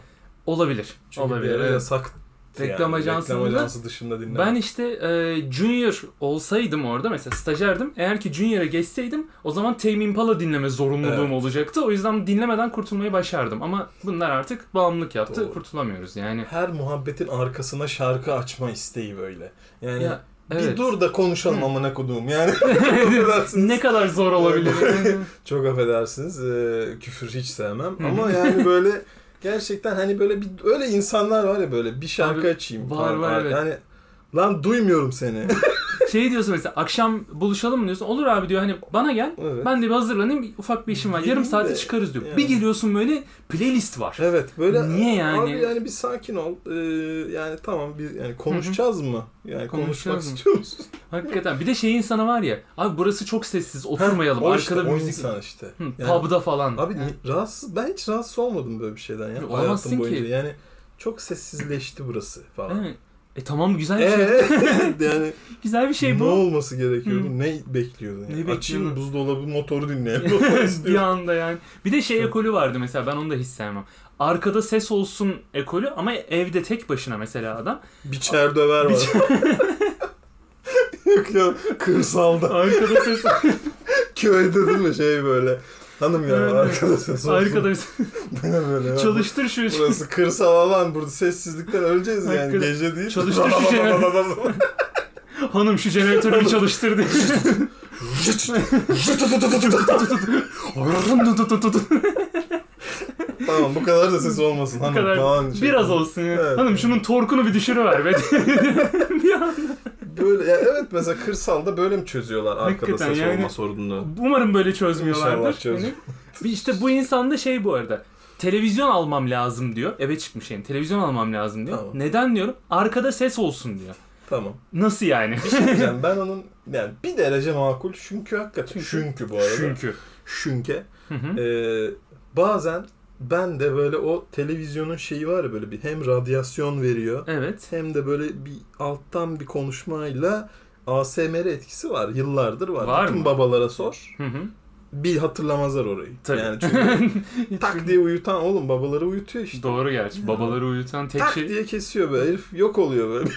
[SPEAKER 2] olabilir.
[SPEAKER 1] Çünkü bir
[SPEAKER 2] olabilir.
[SPEAKER 1] ara
[SPEAKER 2] evet.
[SPEAKER 1] yasak evet yani.
[SPEAKER 2] Reklam ajansında
[SPEAKER 1] Reklam ajansı dışında dinlemek.
[SPEAKER 2] Ben işte e, Junior olsaydım orada mesela stajyerdim. Eğer ki Junior'a geçseydim o zaman Tame Impala dinleme zorunluluğum
[SPEAKER 1] Evet.
[SPEAKER 2] olacaktı. O yüzden dinlemeden kurtulmayı başardım. Ama bunlar artık bağımlılık yaptı.
[SPEAKER 1] Doğru.
[SPEAKER 2] Kurtulamıyoruz yani.
[SPEAKER 1] her muhabbetin arkasına şarkı açma isteği böyle. Yani
[SPEAKER 2] Ya,
[SPEAKER 1] bir
[SPEAKER 2] evet.
[SPEAKER 1] dur da konuşalım amına koduğum yani. çok affedersiniz.
[SPEAKER 2] ne kadar zor olabilir.
[SPEAKER 1] Çok affedersiniz. Ee, küfür hiç sevmem
[SPEAKER 2] Hı.
[SPEAKER 1] ama yani böyle gerçekten hani böyle bir öyle insanlar var ya böyle bir şarkı
[SPEAKER 2] Abi,
[SPEAKER 1] açayım
[SPEAKER 2] var,
[SPEAKER 1] falan.
[SPEAKER 2] var, evet.
[SPEAKER 1] Yani lan duymuyorum seni.
[SPEAKER 2] şey diyorsun mesela akşam buluşalım mı diyorsun. Olur abi diyor hani bana gel.
[SPEAKER 1] evet.
[SPEAKER 2] Ben de bir hazırlanayım ufak bir işim var. Yarım
[SPEAKER 1] Benim
[SPEAKER 2] saate
[SPEAKER 1] de,
[SPEAKER 2] çıkarız diyor.
[SPEAKER 1] yani.
[SPEAKER 2] Bir geliyorsun böyle playlist var.
[SPEAKER 1] Evet böyle
[SPEAKER 2] Niye yani?
[SPEAKER 1] abi yani bir sakin ol. Ee, yani tamam bir yani konuşacağız mı? Yani konuşmak
[SPEAKER 2] Konuşacağız mı?
[SPEAKER 1] istiyor musun?
[SPEAKER 2] Hakikaten bir de şey insanı var ya. Abi burası çok sessiz oturmayalım.
[SPEAKER 1] o işte,
[SPEAKER 2] Arkada bir
[SPEAKER 1] o
[SPEAKER 2] müzik.
[SPEAKER 1] insan işte.
[SPEAKER 2] Hı,
[SPEAKER 1] Yani-
[SPEAKER 2] pub'da falan.
[SPEAKER 1] Abi ni- rahatsız, ben hiç rahatsız olmadım böyle bir şeyden ya.
[SPEAKER 2] Ya,
[SPEAKER 1] Hayatım
[SPEAKER 2] olamazsın ki.
[SPEAKER 1] boyunca. Yani çok sessizleşti burası falan.
[SPEAKER 2] Evet. E tamam güzel bir şey.
[SPEAKER 1] Ee, yani
[SPEAKER 2] Güzel bir şey
[SPEAKER 1] ne
[SPEAKER 2] bu.
[SPEAKER 1] olması gerekiyordu? Ne bekliyordun? Yani?
[SPEAKER 2] Ne
[SPEAKER 1] Açayım
[SPEAKER 2] bekliyordun?
[SPEAKER 1] buzdolabı motoru dinleyelim.
[SPEAKER 2] bir anda yani. Bir de şey ekolü vardı mesela ben onu da hiç sevmem. Arkada ses olsun ekolü ama evde tek başına mesela adam.
[SPEAKER 1] Biçer döver var. yok yok kırsalda.
[SPEAKER 2] Arkada ses
[SPEAKER 1] Köyde değil mi şey böyle. Hanım ya
[SPEAKER 2] Evet.
[SPEAKER 1] arkada ses olsun.
[SPEAKER 2] arkada
[SPEAKER 1] Bu ne böyle ya?
[SPEAKER 2] çalıştır şu
[SPEAKER 1] Burası kırsal alan burada sessizlikten öleceğiz yani
[SPEAKER 2] Hakikaten.
[SPEAKER 1] gece değil.
[SPEAKER 2] Çalıştır şu şeyleri. hanım şu jeneratörü bir çalıştır diye.
[SPEAKER 1] tamam bu kadar da ses olmasın hanım
[SPEAKER 2] kadar.
[SPEAKER 1] falan. şey.
[SPEAKER 2] Biraz olsun ya.
[SPEAKER 1] Evet.
[SPEAKER 2] Hanım şunun torkunu bir düşürüver be. bir anda.
[SPEAKER 1] Böyle ya evet mesela kırsalda böyle mi çözüyorlar arkada
[SPEAKER 2] Hakikaten
[SPEAKER 1] ses
[SPEAKER 2] yani-
[SPEAKER 1] olma sorununu?
[SPEAKER 2] Umarım böyle çözmüyorlardır.
[SPEAKER 1] İnşallah çözmüyor.
[SPEAKER 2] Hani bir işte bu insanda şey bu arada. Televizyon almam lazım diyor. Eve çıkmış yani. Televizyon almam lazım diyor.
[SPEAKER 1] Tamam.
[SPEAKER 2] Neden diyorum? Arkada ses olsun diyor.
[SPEAKER 1] Tamam.
[SPEAKER 2] Nasıl yani?
[SPEAKER 1] Bir şey diyeceğim ben onun yani bir derece makul çünkü hakikaten çünkü,
[SPEAKER 2] Çünkü.
[SPEAKER 1] bu arada.
[SPEAKER 2] Çünkü.
[SPEAKER 1] Çünkü
[SPEAKER 2] Hı hı.
[SPEAKER 1] eee, bazen ben de böyle o televizyonun şeyi var ya böyle bir hem radyasyon veriyor
[SPEAKER 2] Evet.
[SPEAKER 1] hem de böyle bir alttan bir konuşmayla ASMR etkisi var. Yıllardır var.
[SPEAKER 2] Var
[SPEAKER 1] Bütün
[SPEAKER 2] mı?
[SPEAKER 1] babalara sor.
[SPEAKER 2] Hı hı.
[SPEAKER 1] Bir hatırlamazlar orayı.
[SPEAKER 2] Tabii.
[SPEAKER 1] Yani çünkü tak diye uyutan oğlum babaları uyutuyor işte.
[SPEAKER 2] Doğru gerçi. Babaları uyutan tek
[SPEAKER 1] tak
[SPEAKER 2] şey
[SPEAKER 1] diye kesiyor böyle herif yok oluyor böyle.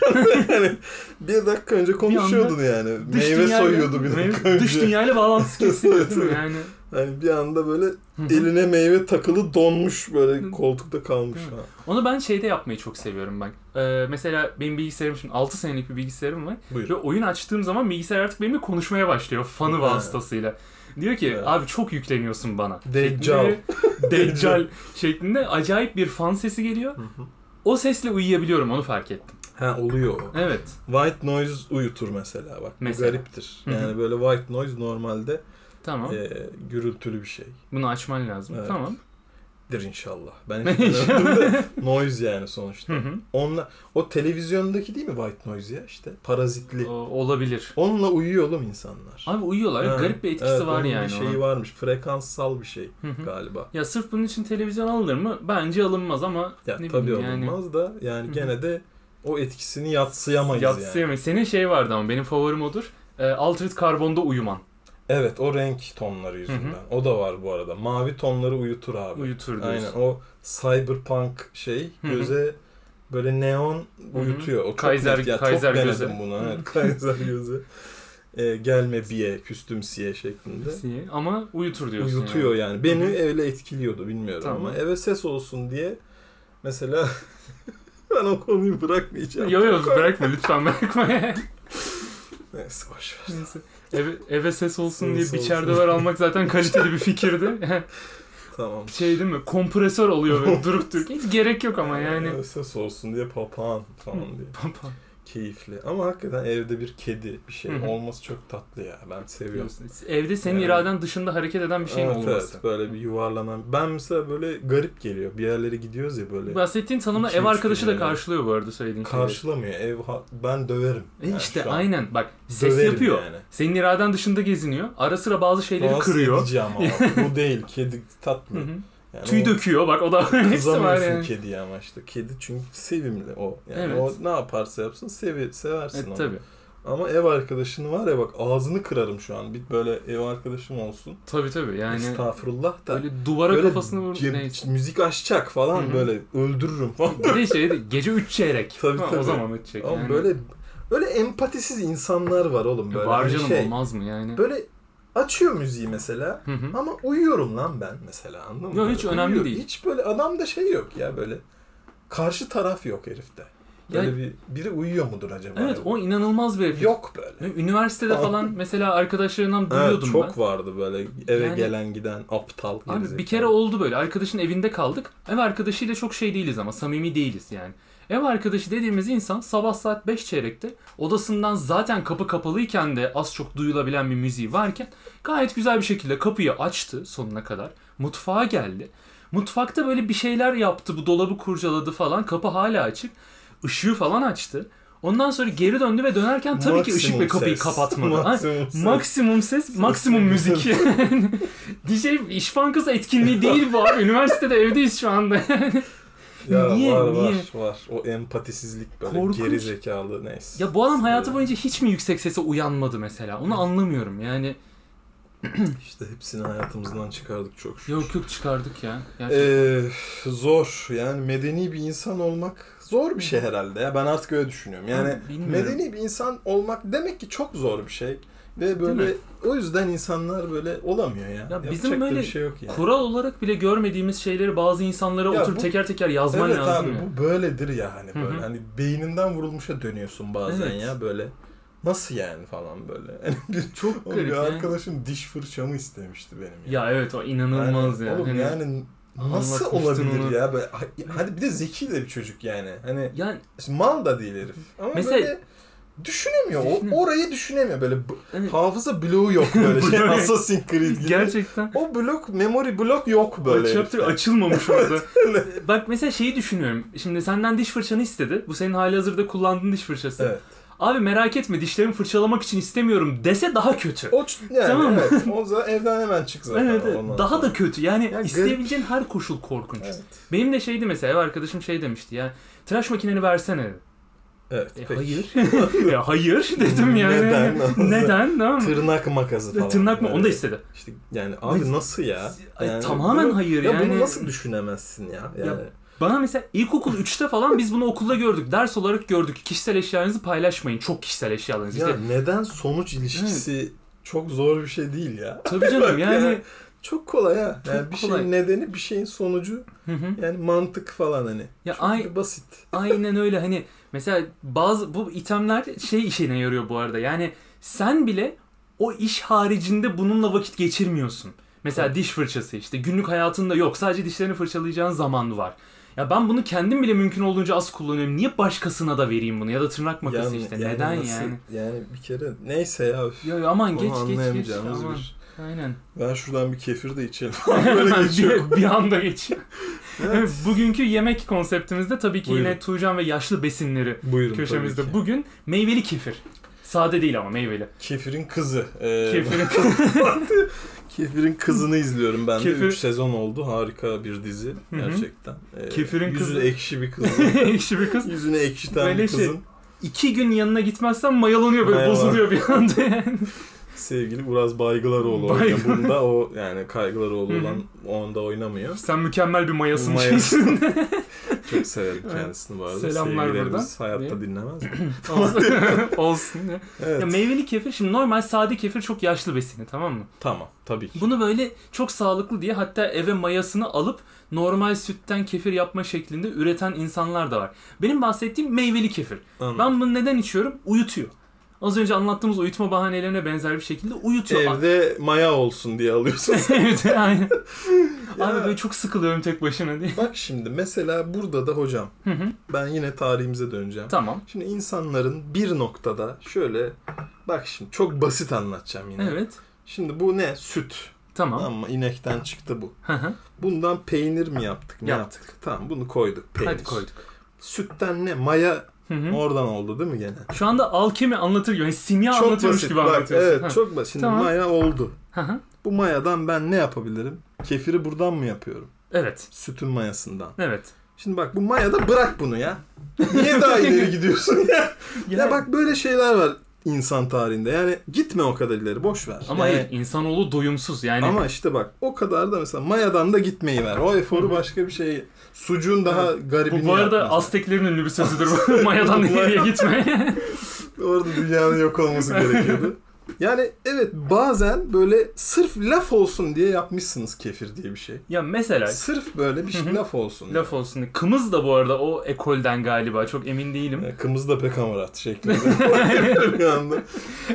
[SPEAKER 1] yani bir dakika önce konuşuyordun yani.
[SPEAKER 2] dış
[SPEAKER 1] Meyve
[SPEAKER 2] dünyayla-
[SPEAKER 1] soyuyordu bir dakika
[SPEAKER 2] meyve-
[SPEAKER 1] önce.
[SPEAKER 2] Dış dünyayla bağlantısı kesildi değil mi
[SPEAKER 1] Evet.
[SPEAKER 2] yani?
[SPEAKER 1] Yani bir anda böyle
[SPEAKER 2] Hı hı.
[SPEAKER 1] eline meyve takılı donmuş böyle
[SPEAKER 2] Hı.
[SPEAKER 1] koltukta kalmış
[SPEAKER 2] Değil mi?
[SPEAKER 1] falan.
[SPEAKER 2] Onu ben şeyde yapmayı çok seviyorum ben. Ee, mesela benim bilgisayarım şimdi 6 senelik bir bilgisayarım var.
[SPEAKER 1] Buyur.
[SPEAKER 2] Ve oyun açtığım zaman bilgisayar artık benimle konuşmaya başlıyor fanı
[SPEAKER 1] Ha.
[SPEAKER 2] vasıtasıyla. Diyor ki
[SPEAKER 1] Evet.
[SPEAKER 2] abi çok yükleniyorsun bana.
[SPEAKER 1] Deccal.
[SPEAKER 2] Şeklinde- Deccal şeklinde acayip bir fan sesi geliyor.
[SPEAKER 1] Hı hı.
[SPEAKER 2] O sesle uyuyabiliyorum onu fark ettim.
[SPEAKER 1] Ha oluyor o.
[SPEAKER 2] Evet.
[SPEAKER 1] White noise uyutur mesela bak. Bu
[SPEAKER 2] Mesela.
[SPEAKER 1] gariptir.
[SPEAKER 2] Hı hı.
[SPEAKER 1] Yani böyle white noise normalde
[SPEAKER 2] Tamam.
[SPEAKER 1] e, gürültülü bir şeydir
[SPEAKER 2] Bunu açman lazım.
[SPEAKER 1] Evet.
[SPEAKER 2] Tamam.
[SPEAKER 1] inşallah. Ben hiç bilmiyorum da noise yani sonuçta.
[SPEAKER 2] Hı hı.
[SPEAKER 1] Onunla, o televizyondaki değil mi white noise ya işte parazitli.
[SPEAKER 2] O- olabilir.
[SPEAKER 1] Onunla uyuyor oğlum insanlar.
[SPEAKER 2] Abi uyuyorlar.
[SPEAKER 1] Ha,
[SPEAKER 2] Garip bir etkisi
[SPEAKER 1] evet,
[SPEAKER 2] var
[SPEAKER 1] onun
[SPEAKER 2] yani.
[SPEAKER 1] Bir şeyi
[SPEAKER 2] ona.
[SPEAKER 1] varmış. Frekanssal bir şey
[SPEAKER 2] Hı hı.
[SPEAKER 1] galiba.
[SPEAKER 2] Ya sırf bunun için televizyon alınır mı? Bence alınmaz ama
[SPEAKER 1] Ya
[SPEAKER 2] ne
[SPEAKER 1] tabii
[SPEAKER 2] bileyim yani.
[SPEAKER 1] olmaz da yani
[SPEAKER 2] Hı hı.
[SPEAKER 1] gene de o etkisini yatsıyamayız yani.
[SPEAKER 2] Yatsıyamayız. Senin şey vardı ama benim favorim odur. Ee, Altered Carbon'da uyuman.
[SPEAKER 1] Evet o renk tonları yüzünden.
[SPEAKER 2] Hı hı.
[SPEAKER 1] O da var bu arada. Mavi tonları uyutur abi.
[SPEAKER 2] Uyutur diyorsun.
[SPEAKER 1] Aynen o cyberpunk şey
[SPEAKER 2] Hı hı.
[SPEAKER 1] göze böyle neon
[SPEAKER 2] hı.
[SPEAKER 1] uyutuyor. O çok
[SPEAKER 2] Kaiser-
[SPEAKER 1] net. Ya,
[SPEAKER 2] Kaiser
[SPEAKER 1] çok denedim
[SPEAKER 2] göze.
[SPEAKER 1] bunu. Evet, Kaiser gözü. Ee, gelme biye küstüm siye şeklinde.
[SPEAKER 2] Siye. Ama uyutur diyorsun.
[SPEAKER 1] Uyutuyor
[SPEAKER 2] yani.
[SPEAKER 1] yani. Beni
[SPEAKER 2] Hı hı.
[SPEAKER 1] öyle etkiliyordu bilmiyorum
[SPEAKER 2] Tamam.
[SPEAKER 1] ama eve ses olsun diye mesela ben o konuyu bırakmayacağım.
[SPEAKER 2] Yo yo bırakma lütfen bırakma.
[SPEAKER 1] Neyse boş ver.
[SPEAKER 2] Neyse. Eve, eve ses olsun
[SPEAKER 1] Ses
[SPEAKER 2] diye
[SPEAKER 1] olsun.
[SPEAKER 2] biçer döver almak zaten kaliteli bir fikirdi.
[SPEAKER 1] Tamam.
[SPEAKER 2] şey değil mi? Kompresör alıyor böyle durup dururken. Hiç gerek yok ama yani.
[SPEAKER 1] Eve ses olsun diye papağan falan diye.
[SPEAKER 2] Papa.
[SPEAKER 1] Keyifli. Ama hakikaten evde bir kedi bir şey
[SPEAKER 2] Hı hı.
[SPEAKER 1] olması çok tatlı ya. Ben seviyorum.
[SPEAKER 2] Diyorsun. Evde senin
[SPEAKER 1] Yani-
[SPEAKER 2] iraden dışında hareket eden bir şeyin
[SPEAKER 1] evet,
[SPEAKER 2] olması.
[SPEAKER 1] evet, böyle bir yuvarlanan. Ben mesela böyle garip geliyor. Bir yerlere gidiyoruz ya böyle.
[SPEAKER 2] Bahsettiğin tanımla
[SPEAKER 1] İki,
[SPEAKER 2] ev
[SPEAKER 1] üç
[SPEAKER 2] arkadaşı
[SPEAKER 1] gün
[SPEAKER 2] da
[SPEAKER 1] yani.
[SPEAKER 2] karşılıyor bu arada söylediğin şeyleri.
[SPEAKER 1] Karşılamıyor. Ev ha- ben döverim.
[SPEAKER 2] E
[SPEAKER 1] Yani
[SPEAKER 2] işte
[SPEAKER 1] şu an.
[SPEAKER 2] aynen bak ses
[SPEAKER 1] Döverim
[SPEAKER 2] yapıyor.
[SPEAKER 1] yani.
[SPEAKER 2] Senin iraden dışında geziniyor. Ara sıra bazı şeyleri
[SPEAKER 1] Rahatsız
[SPEAKER 2] kırıyor.
[SPEAKER 1] edici ama o. bu değil. Kedi tatlı.
[SPEAKER 2] Hı hı.
[SPEAKER 1] Yani
[SPEAKER 2] Tüy
[SPEAKER 1] o-
[SPEAKER 2] döküyor bak o da hepsi var
[SPEAKER 1] Kızamıyorsun
[SPEAKER 2] yani. E,
[SPEAKER 1] kediye ama işte. Kedi çünkü sevimli o. Yani
[SPEAKER 2] Evet.
[SPEAKER 1] o ne yaparsa yapsın sevi, seversin
[SPEAKER 2] Evet
[SPEAKER 1] onu.
[SPEAKER 2] tabii.
[SPEAKER 1] Ama ev arkadaşın var ya bak ağzını kırarım şu an. Bir böyle ev arkadaşım olsun.
[SPEAKER 2] Tabii tabii yani
[SPEAKER 1] Estağfurullah da.
[SPEAKER 2] böyle duvara
[SPEAKER 1] Böyle
[SPEAKER 2] kafasını vur.
[SPEAKER 1] ce-
[SPEAKER 2] Neyse.
[SPEAKER 1] müzik açacak falan
[SPEAKER 2] Hı hı.
[SPEAKER 1] böyle öldürürüm falan.
[SPEAKER 2] Bir de şeydi gece 3 çeyrek.
[SPEAKER 1] Tabii,
[SPEAKER 2] Ha, O
[SPEAKER 1] tabii.
[SPEAKER 2] zaman ötecek.
[SPEAKER 1] Ama
[SPEAKER 2] yani.
[SPEAKER 1] böyle böyle empatisiz insanlar var oğlum böyle.
[SPEAKER 2] Var
[SPEAKER 1] Hani
[SPEAKER 2] canım
[SPEAKER 1] şey,
[SPEAKER 2] olmaz mı yani?
[SPEAKER 1] Böyle açıyor müziği mesela
[SPEAKER 2] Hı hı.
[SPEAKER 1] ama uyuyorum lan ben mesela anladın mı?
[SPEAKER 2] Yo, hiç
[SPEAKER 1] Böyle
[SPEAKER 2] önemli
[SPEAKER 1] uyuyor.
[SPEAKER 2] değil.
[SPEAKER 1] Hiç böyle adamda şey yok ya böyle. Karşı taraf yok herifte. Böyle
[SPEAKER 2] Yani-
[SPEAKER 1] bir biri uyuyor mudur acaba?
[SPEAKER 2] Evet o inanılmaz bir efekt.
[SPEAKER 1] yok böyle.
[SPEAKER 2] Üniversitede falan mesela arkadaşlarından
[SPEAKER 1] Evet,
[SPEAKER 2] duyuyordum
[SPEAKER 1] çok
[SPEAKER 2] ben.
[SPEAKER 1] vardı böyle eve
[SPEAKER 2] Yani-
[SPEAKER 1] gelen giden aptal.
[SPEAKER 2] Abi
[SPEAKER 1] gerizekalı.
[SPEAKER 2] bir kere oldu böyle. Arkadaşın evinde kaldık. Ev arkadaşıyla çok şey değiliz ama samimi değiliz yani. Ev arkadaşı dediğimiz insan sabah saat 5 çeyrekte odasından zaten kapı kapalıyken de az çok duyulabilen bir müziği varken gayet güzel bir şekilde kapıyı açtı sonuna kadar. Mutfağa geldi. Mutfakta böyle bir şeyler yaptı. Bu dolabı kurcaladı falan. Kapı hala açık. Işığı falan açtı. Ondan sonra geri döndü ve dönerken tabii ki ışık
[SPEAKER 1] Maksimum
[SPEAKER 2] ve kapıyı
[SPEAKER 1] ses.
[SPEAKER 2] kapatmadı. Ha,
[SPEAKER 1] Maksimum ses.
[SPEAKER 2] Maksimum ses, maksimum müzik. DJ iş bankası etkinliği değil bu abi. Üniversitede evdeyiz şu anda.
[SPEAKER 1] Ya
[SPEAKER 2] Niye,
[SPEAKER 1] var
[SPEAKER 2] niye?
[SPEAKER 1] var var. O empatisizlik böyle
[SPEAKER 2] Korkunç.
[SPEAKER 1] geri zekalı neyse.
[SPEAKER 2] ya bu adam hayatı
[SPEAKER 1] Ee,
[SPEAKER 2] boyunca hiç mi yüksek sese uyanmadı mesela? Onu anlamıyorum yani.
[SPEAKER 1] işte hepsini hayatımızdan çıkardık çok şükür.
[SPEAKER 2] Yok yok çıkardık ya. Gerçekten.
[SPEAKER 1] Ee, zor yani medeni bir insan olmak zor bir şey herhalde ya ben artık öyle düşünüyorum yani
[SPEAKER 2] Bilmiyorum.
[SPEAKER 1] medeni bir insan olmak demek ki çok zor bir şey ve
[SPEAKER 2] mi?
[SPEAKER 1] böyle o yüzden insanlar böyle olamıyor ya,
[SPEAKER 2] bizim
[SPEAKER 1] Yapacak da
[SPEAKER 2] böyle
[SPEAKER 1] bir şey yok yani.
[SPEAKER 2] Kural olarak bile görmediğimiz şeyleri bazı insanlara
[SPEAKER 1] Ya
[SPEAKER 2] oturup
[SPEAKER 1] bu-
[SPEAKER 2] teker teker yazman
[SPEAKER 1] evet
[SPEAKER 2] lazım
[SPEAKER 1] abi
[SPEAKER 2] ya.
[SPEAKER 1] bu böyledir ya hani
[SPEAKER 2] Hı
[SPEAKER 1] böyle
[SPEAKER 2] hı.
[SPEAKER 1] hani beyninden vurulmuşa dönüyorsun bazen
[SPEAKER 2] Evet.
[SPEAKER 1] ya böyle nasıl yani falan böyle Yani bir,
[SPEAKER 2] Çok
[SPEAKER 1] Oğlum bir
[SPEAKER 2] garip ya.
[SPEAKER 1] arkadaşım diş fırçamı istemişti benim
[SPEAKER 2] Ya evet o inanılmaz ya.
[SPEAKER 1] Oğlum
[SPEAKER 2] Hani-
[SPEAKER 1] yani nasıl
[SPEAKER 2] anlatmıştın
[SPEAKER 1] olabilir
[SPEAKER 2] onu.
[SPEAKER 1] ya? Böyle- hadi bir de zeki de bir çocuk yani. Hani
[SPEAKER 2] Yani
[SPEAKER 1] Şimdi mal da değil herif. Ama
[SPEAKER 2] Mesela-
[SPEAKER 1] böyle düşünemiyor. O-
[SPEAKER 2] Düşünün.
[SPEAKER 1] orayı düşünemiyor. Böyle b-
[SPEAKER 2] Evet.
[SPEAKER 1] hafıza bloğu yok böyle şey.
[SPEAKER 2] Blok.
[SPEAKER 1] Assassin's Creed gibi.
[SPEAKER 2] gerçekten
[SPEAKER 1] O blok, memory blok yok böyle.
[SPEAKER 2] O chapter
[SPEAKER 1] herifte.
[SPEAKER 2] açılmamış orada. Bak mesela şeyi düşünüyorum. Şimdi senden diş fırçanı istedi. Bu senin halihazırda kullandığın diş fırçası.
[SPEAKER 1] Evet.
[SPEAKER 2] Abi merak etme dişlerimi fırçalamak için istemiyorum dese daha kötü.
[SPEAKER 1] O ç- yani
[SPEAKER 2] Tamam.
[SPEAKER 1] evet. O zaten evden hemen çık zaten.
[SPEAKER 2] Evet, evet.
[SPEAKER 1] ondan
[SPEAKER 2] daha
[SPEAKER 1] sonra.
[SPEAKER 2] da kötü. Yani
[SPEAKER 1] Ya garip. şey.
[SPEAKER 2] isteyebileceğin her koşul korkunç.
[SPEAKER 1] Evet.
[SPEAKER 2] Benim de şeydi mesela ev arkadaşım şey demişti ya. Tıraş makineni versene. dedi.
[SPEAKER 1] Evet.
[SPEAKER 2] E,
[SPEAKER 1] peki.
[SPEAKER 2] hayır. e, hayır dedim yani.
[SPEAKER 1] Neden?
[SPEAKER 2] Neden? Tamam mı?
[SPEAKER 1] Tırnak makası falan.
[SPEAKER 2] Tırnak mı?
[SPEAKER 1] böyle.
[SPEAKER 2] Onu da istedi.
[SPEAKER 1] İşte yani abi nasıl ya?
[SPEAKER 2] Ay,
[SPEAKER 1] Yani
[SPEAKER 2] tamamen
[SPEAKER 1] bunu-
[SPEAKER 2] hayır
[SPEAKER 1] ya
[SPEAKER 2] yani.
[SPEAKER 1] bunu nasıl düşünemezsin ya? Yani
[SPEAKER 2] Bana mesela ilkokul 3'te falan biz bunu okulda gördük. Ders olarak gördük. Kişisel eşyalarınızı paylaşmayın. Çok kişisel eşyalarınızı.
[SPEAKER 1] ya
[SPEAKER 2] İşte,
[SPEAKER 1] neden sonuç ilişkisi çok zor bir şey değil ya.
[SPEAKER 2] tabii canım yani.
[SPEAKER 1] yani- Çok kolay ha.
[SPEAKER 2] Çok
[SPEAKER 1] yani bir
[SPEAKER 2] kolay.
[SPEAKER 1] şeyin nedeni bir şeyin sonucu.
[SPEAKER 2] Hı hı.
[SPEAKER 1] Yani mantık falan hani.
[SPEAKER 2] Ya
[SPEAKER 1] Çok
[SPEAKER 2] ay,
[SPEAKER 1] basit.
[SPEAKER 2] Aynen öyle hani mesela bazı bu itemler şey işine yarıyor bu arada yani sen bile o iş haricinde bununla vakit geçirmiyorsun. Mesela
[SPEAKER 1] Tabii.
[SPEAKER 2] diş fırçası işte günlük hayatında yok sadece dişlerini fırçalayacağın zaman var. Ya ben bunu kendim bile mümkün olduğunca az kullanıyorum. Niye başkasına da vereyim bunu? Ya da tırnak makası
[SPEAKER 1] Yani-
[SPEAKER 2] işte.
[SPEAKER 1] yani
[SPEAKER 2] Neden
[SPEAKER 1] nasıl-
[SPEAKER 2] yani?
[SPEAKER 1] Yani bir kere neyse ya. Öf.
[SPEAKER 2] Ya, ya aman
[SPEAKER 1] Onu
[SPEAKER 2] geç geç geç.
[SPEAKER 1] anlayamayacağımız
[SPEAKER 2] Aman.
[SPEAKER 1] bir. şey.
[SPEAKER 2] Aynen.
[SPEAKER 1] Ben şuradan bir kefir de içelim. Böyle
[SPEAKER 2] Hemen
[SPEAKER 1] geçiyor.
[SPEAKER 2] bir, bir anda geçiyor.
[SPEAKER 1] Evet.
[SPEAKER 2] Bugünkü yemek konseptimizde tabii ki yine
[SPEAKER 1] Buyurun.
[SPEAKER 2] Tuğcan ve yaşlı besinleri
[SPEAKER 1] Buyurun tabii
[SPEAKER 2] köşemizde.
[SPEAKER 1] ki.
[SPEAKER 2] Bugün meyveli kefir. Sade değil ama meyveli.
[SPEAKER 1] Kefirin kızı. Ee,
[SPEAKER 2] Kefirin
[SPEAKER 1] Kefirin kızını izliyorum ben
[SPEAKER 2] Kefir-
[SPEAKER 1] de. 3 sezon oldu. Harika bir dizi
[SPEAKER 2] hı.
[SPEAKER 1] gerçekten. Ee,
[SPEAKER 2] Kefirin
[SPEAKER 1] yüzü
[SPEAKER 2] kızı.
[SPEAKER 1] ekşi bir kızın.
[SPEAKER 2] ekşi bir kız.
[SPEAKER 1] Yüzüne ekşiten
[SPEAKER 2] Böyle
[SPEAKER 1] bir
[SPEAKER 2] şey-
[SPEAKER 1] kızın.
[SPEAKER 2] İki gün yanına gitmezsen mayalanıyor böyle
[SPEAKER 1] Mayalan.
[SPEAKER 2] bozuluyor bir anda yani.
[SPEAKER 1] Sevgili Uraz Baygılaroğlu
[SPEAKER 2] Baygı-
[SPEAKER 1] oynuyor. Bunda o yani Kaygılaroğlu
[SPEAKER 2] Hı hı.
[SPEAKER 1] olan onda oynamıyor.
[SPEAKER 2] Sen mükemmel bir mayasın
[SPEAKER 1] Mayası.
[SPEAKER 2] içerisinde.
[SPEAKER 1] Çok severim
[SPEAKER 2] Evet.
[SPEAKER 1] kendisini bu arada.
[SPEAKER 2] Selamlar
[SPEAKER 1] Sevgilerimiz hayatta dinlemez.
[SPEAKER 2] Olsun. Olsun ya.
[SPEAKER 1] Evet.
[SPEAKER 2] Ya meyveli kefir şimdi normal sade kefir çok yaşlı besini tamam mı?
[SPEAKER 1] Tamam tabii ki.
[SPEAKER 2] Bunu böyle çok sağlıklı diye hatta eve mayasını alıp normal sütten kefir yapma şeklinde üreten insanlar da var. Benim bahsettiğim meyveli kefir.
[SPEAKER 1] Anladım.
[SPEAKER 2] Ben bunu neden içiyorum? Uyutuyor. Az önce anlattığımız uyutma bahanelerine benzer bir şekilde uyutuyor.
[SPEAKER 1] Evde maya olsun diye alıyorsun.
[SPEAKER 2] evet aynen. Abi
[SPEAKER 1] Ya.
[SPEAKER 2] böyle çok sıkılıyorum tek başına diye.
[SPEAKER 1] Bak şimdi mesela burada da hocam
[SPEAKER 2] Hı hı.
[SPEAKER 1] ben yine tarihimize döneceğim.
[SPEAKER 2] tamam.
[SPEAKER 1] Şimdi insanların bir noktada şöyle bak şimdi çok basit anlatacağım yine.
[SPEAKER 2] Evet.
[SPEAKER 1] Şimdi bu ne? Süt.
[SPEAKER 2] Tamam.
[SPEAKER 1] Ama inekten çıktı bu.
[SPEAKER 2] Hı hı.
[SPEAKER 1] Bundan peynir mi yaptık? Ne
[SPEAKER 2] Yaptık.
[SPEAKER 1] yaptık? Tamam bunu koyduk. Peynir.
[SPEAKER 2] Hadi koyduk.
[SPEAKER 1] Sütten ne? Maya
[SPEAKER 2] Hı hı.
[SPEAKER 1] oradan oldu değil mi gene?
[SPEAKER 2] Şu anda alkemi anlatır gibi. Yani simya
[SPEAKER 1] Çok
[SPEAKER 2] anlatıyormuş
[SPEAKER 1] basit.
[SPEAKER 2] gibi
[SPEAKER 1] Bak,
[SPEAKER 2] anlatıyorsun.
[SPEAKER 1] evet
[SPEAKER 2] Ha.
[SPEAKER 1] çok basit. Şimdi
[SPEAKER 2] Tamam.
[SPEAKER 1] maya oldu.
[SPEAKER 2] Hı hı.
[SPEAKER 1] Bu mayadan ben ne yapabilirim? Kefiri buradan mı yapıyorum?
[SPEAKER 2] Evet.
[SPEAKER 1] Sütün mayasından.
[SPEAKER 2] Evet.
[SPEAKER 1] Şimdi bak bu mayada bırak bunu ya. Niye daha ileri gidiyorsun ya? ya bak böyle şeyler var. insan tarihinde. Yani gitme o kadar ileri boş ver.
[SPEAKER 2] Ama
[SPEAKER 1] yani,
[SPEAKER 2] hayır insanoğlu doyumsuz yani.
[SPEAKER 1] ama işte bak o kadar da mesela Maya'dan da gitmeyi ver. O eforu başka bir şey. Sucuğun daha garibini
[SPEAKER 2] bu, bu
[SPEAKER 1] yap
[SPEAKER 2] arada
[SPEAKER 1] mesela.
[SPEAKER 2] Azteklerin ünlü bir sözüdür. bu. Mayadan nereye gitme.
[SPEAKER 1] Orada dünyanın yok olması gerekiyordu. Yani evet bazen böyle sırf laf olsun diye yapmışsınız kefir diye bir şey.
[SPEAKER 2] ya mesela
[SPEAKER 1] Sırf böyle bir
[SPEAKER 2] Hı
[SPEAKER 1] şey
[SPEAKER 2] hı.
[SPEAKER 1] laf olsun.
[SPEAKER 2] laf olsun. Kımız da bu arada o ekolden galiba çok emin değilim.
[SPEAKER 1] Yani Kımız E, da pek amarat şeklinde. Bir anda.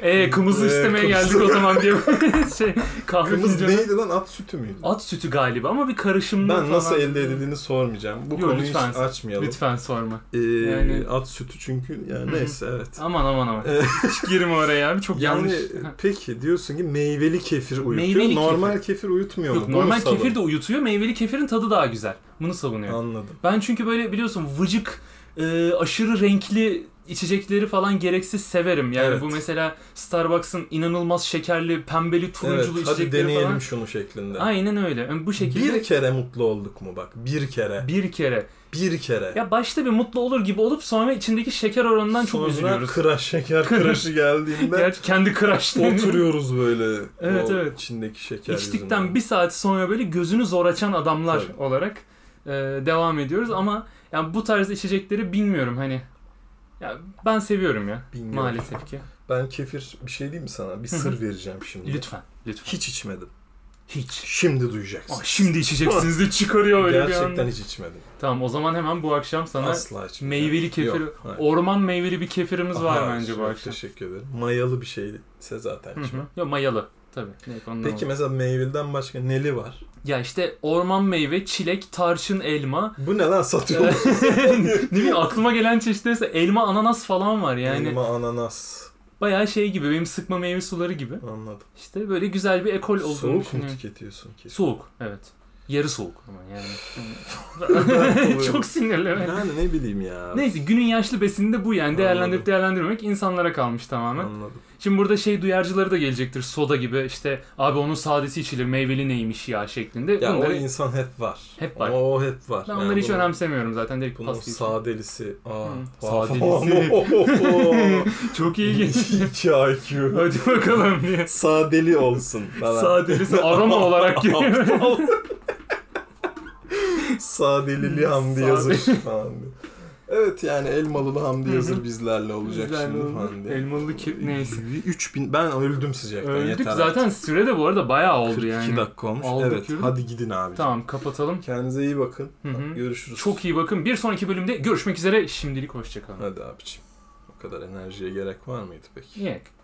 [SPEAKER 2] Ee kımızı
[SPEAKER 1] Ee,
[SPEAKER 2] istemeye
[SPEAKER 1] kımızı-
[SPEAKER 2] geldik o zaman diye şey kahve
[SPEAKER 1] Kımız
[SPEAKER 2] fincanı-
[SPEAKER 1] neydi lan at sütü müydü?
[SPEAKER 2] At sütü galiba ama bir karışımdan
[SPEAKER 1] Ben nasıl
[SPEAKER 2] falan-
[SPEAKER 1] elde edildiğini sormayacağım. Bu
[SPEAKER 2] Yok,
[SPEAKER 1] konuyu
[SPEAKER 2] lütfen.
[SPEAKER 1] hiç açmayalım.
[SPEAKER 2] Lütfen sorma.
[SPEAKER 1] Ee,
[SPEAKER 2] Yani-
[SPEAKER 1] At sütü çünkü yani
[SPEAKER 2] Hı hı.
[SPEAKER 1] neyse evet.
[SPEAKER 2] Aman aman aman.
[SPEAKER 1] Ee,
[SPEAKER 2] Hiç girme oraya abi çok
[SPEAKER 1] yani e,
[SPEAKER 2] yanlış.
[SPEAKER 1] peki diyorsun ki meyveli kefir uyutuyor.
[SPEAKER 2] Meyveli
[SPEAKER 1] normal kefir, uyutmuyor
[SPEAKER 2] Yok
[SPEAKER 1] mu? Bunu
[SPEAKER 2] normal
[SPEAKER 1] savun.
[SPEAKER 2] kefir de uyutuyor. Meyveli kefirin tadı daha güzel. Bunu savunuyor.
[SPEAKER 1] Anladım.
[SPEAKER 2] Ben çünkü böyle biliyorsun vıcık e, aşırı renkli içecekleri falan gereksiz severim. Yani
[SPEAKER 1] Evet.
[SPEAKER 2] bu mesela Starbucks'ın inanılmaz şekerli, pembeli,
[SPEAKER 1] Evet
[SPEAKER 2] turunculu
[SPEAKER 1] hadi
[SPEAKER 2] içecekleri
[SPEAKER 1] deneyelim
[SPEAKER 2] falan.
[SPEAKER 1] şunu şeklinde.
[SPEAKER 2] Aynen öyle. Yani bu şekilde
[SPEAKER 1] Bir
[SPEAKER 2] bir,
[SPEAKER 1] kere mutlu olduk mu bak? Bir kere.
[SPEAKER 2] kere.
[SPEAKER 1] Bir kere.
[SPEAKER 2] Ya başta bir mutlu olur gibi olup sonra içindeki şeker oranından çok
[SPEAKER 1] Sonra
[SPEAKER 2] üzülüyoruz.
[SPEAKER 1] kıraş şeker kıraşı geldiğinde
[SPEAKER 2] Gerçi kendi kıraştı.
[SPEAKER 1] oturuyoruz böyle.
[SPEAKER 2] Evet,
[SPEAKER 1] o
[SPEAKER 2] evet.
[SPEAKER 1] içindeki şeker
[SPEAKER 2] İçtikten
[SPEAKER 1] yüzünden.
[SPEAKER 2] bir saat sonra böyle gözünü zor açan adamlar
[SPEAKER 1] Tabii.
[SPEAKER 2] olarak e, devam ediyoruz ama yani bu tarz içecekleri bilmiyorum hani. Ya ben seviyorum ya
[SPEAKER 1] Bilmiyorum.
[SPEAKER 2] maalesef ki.
[SPEAKER 1] Ben kefir bir şey diyeyim mi sana? Bir sır vereceğim şimdi.
[SPEAKER 2] Lütfen, lütfen.
[SPEAKER 1] Hiç içmedim.
[SPEAKER 2] Hiç.
[SPEAKER 1] Şimdi duyacaksın.
[SPEAKER 2] Ah, şimdi içeceksiniz de çıkarıyor öyle bir
[SPEAKER 1] Gerçekten
[SPEAKER 2] anda.
[SPEAKER 1] hiç içmedim.
[SPEAKER 2] Tamam o zaman hemen bu akşam sana
[SPEAKER 1] Asla içmedim.
[SPEAKER 2] meyveli kefir,
[SPEAKER 1] Yok, hayır.
[SPEAKER 2] orman meyveli bir kefirimiz var
[SPEAKER 1] Aha,
[SPEAKER 2] bence bu
[SPEAKER 1] çok
[SPEAKER 2] akşam.
[SPEAKER 1] Teşekkür ederim. Mayalı bir şeyse zaten
[SPEAKER 2] Hı
[SPEAKER 1] içmem.
[SPEAKER 2] hı. Yok mayalı tabii. Ne konuda
[SPEAKER 1] Peki
[SPEAKER 2] olmaz.
[SPEAKER 1] mesela meyveliden başka neli var?
[SPEAKER 2] Ya işte orman meyve, çilek, tarçın, elma.
[SPEAKER 1] Bu ne lan satıyor?
[SPEAKER 2] ne bileyim aklıma gelen çeşitlerse elma, ananas falan var yani.
[SPEAKER 1] Elma, ananas.
[SPEAKER 2] Bayağı şey gibi benim sıkma meyve suları gibi.
[SPEAKER 1] Anladım.
[SPEAKER 2] İşte böyle güzel bir ekol olduğunu
[SPEAKER 1] Soğuk mu
[SPEAKER 2] düşünüyorum.
[SPEAKER 1] tüketiyorsun ki?
[SPEAKER 2] Soğuk evet. Yarı soğuk ama
[SPEAKER 1] Ben
[SPEAKER 2] yani. Çok sinirli. evet.
[SPEAKER 1] Yani ne bileyim ya.
[SPEAKER 2] Neyse günün yaşlı besini de bu yani. Değerlendirip
[SPEAKER 1] Anladım.
[SPEAKER 2] değerlendirmemek insanlara kalmış tamamen.
[SPEAKER 1] Anladım.
[SPEAKER 2] Şimdi burada şey duyarcıları da gelecektir. Soda gibi işte abi onun sadesi içilir meyveli neymiş ya şeklinde.
[SPEAKER 1] Ya
[SPEAKER 2] Bunları-
[SPEAKER 1] o insan hep var.
[SPEAKER 2] Hep var.
[SPEAKER 1] O hep var.
[SPEAKER 2] ben
[SPEAKER 1] Yani
[SPEAKER 2] onları hiç
[SPEAKER 1] bunun-
[SPEAKER 2] önemsemiyorum zaten. Direkt
[SPEAKER 1] Bunun
[SPEAKER 2] pas geçiyorum.
[SPEAKER 1] sadelisi. Aa.
[SPEAKER 2] Hı.
[SPEAKER 1] falan.
[SPEAKER 2] Sadelisi.
[SPEAKER 1] Oo.
[SPEAKER 2] Çok iyi geçti.
[SPEAKER 1] 2 IQ.
[SPEAKER 2] Hadi bakalım diye.
[SPEAKER 1] Sadeli olsun. falan.
[SPEAKER 2] Sadelisi aroma olarak geliyor.
[SPEAKER 1] Aptal. Sadelili Hamdi
[SPEAKER 2] Sade-
[SPEAKER 1] yazır falan diye. Evet yani Elmalılı Hamdi
[SPEAKER 2] Hı hı.
[SPEAKER 1] yazır bizlerle olacak
[SPEAKER 2] Bizlerle
[SPEAKER 1] şimdi
[SPEAKER 2] oldu.
[SPEAKER 1] falan diye.
[SPEAKER 2] Elmalı ki neyse.
[SPEAKER 1] 3000 ben öldüm sıcaktan
[SPEAKER 2] Öldük
[SPEAKER 1] yeter. artık.
[SPEAKER 2] zaten süre de bu arada bayağı oldu
[SPEAKER 1] 42
[SPEAKER 2] yani.
[SPEAKER 1] dakika olmuş.
[SPEAKER 2] Aldık
[SPEAKER 1] evet
[SPEAKER 2] yürüdük.
[SPEAKER 1] hadi gidin abi.
[SPEAKER 2] Tamam kapatalım.
[SPEAKER 1] Kendinize iyi bakın.
[SPEAKER 2] Hı hı.
[SPEAKER 1] Görüşürüz.
[SPEAKER 2] Çok iyi bakın. Bir sonraki bölümde görüşmek üzere. Şimdilik hoşçakalın.
[SPEAKER 1] Hadi abiciğim. O kadar enerjiye gerek var mıydı peki?
[SPEAKER 2] Yek.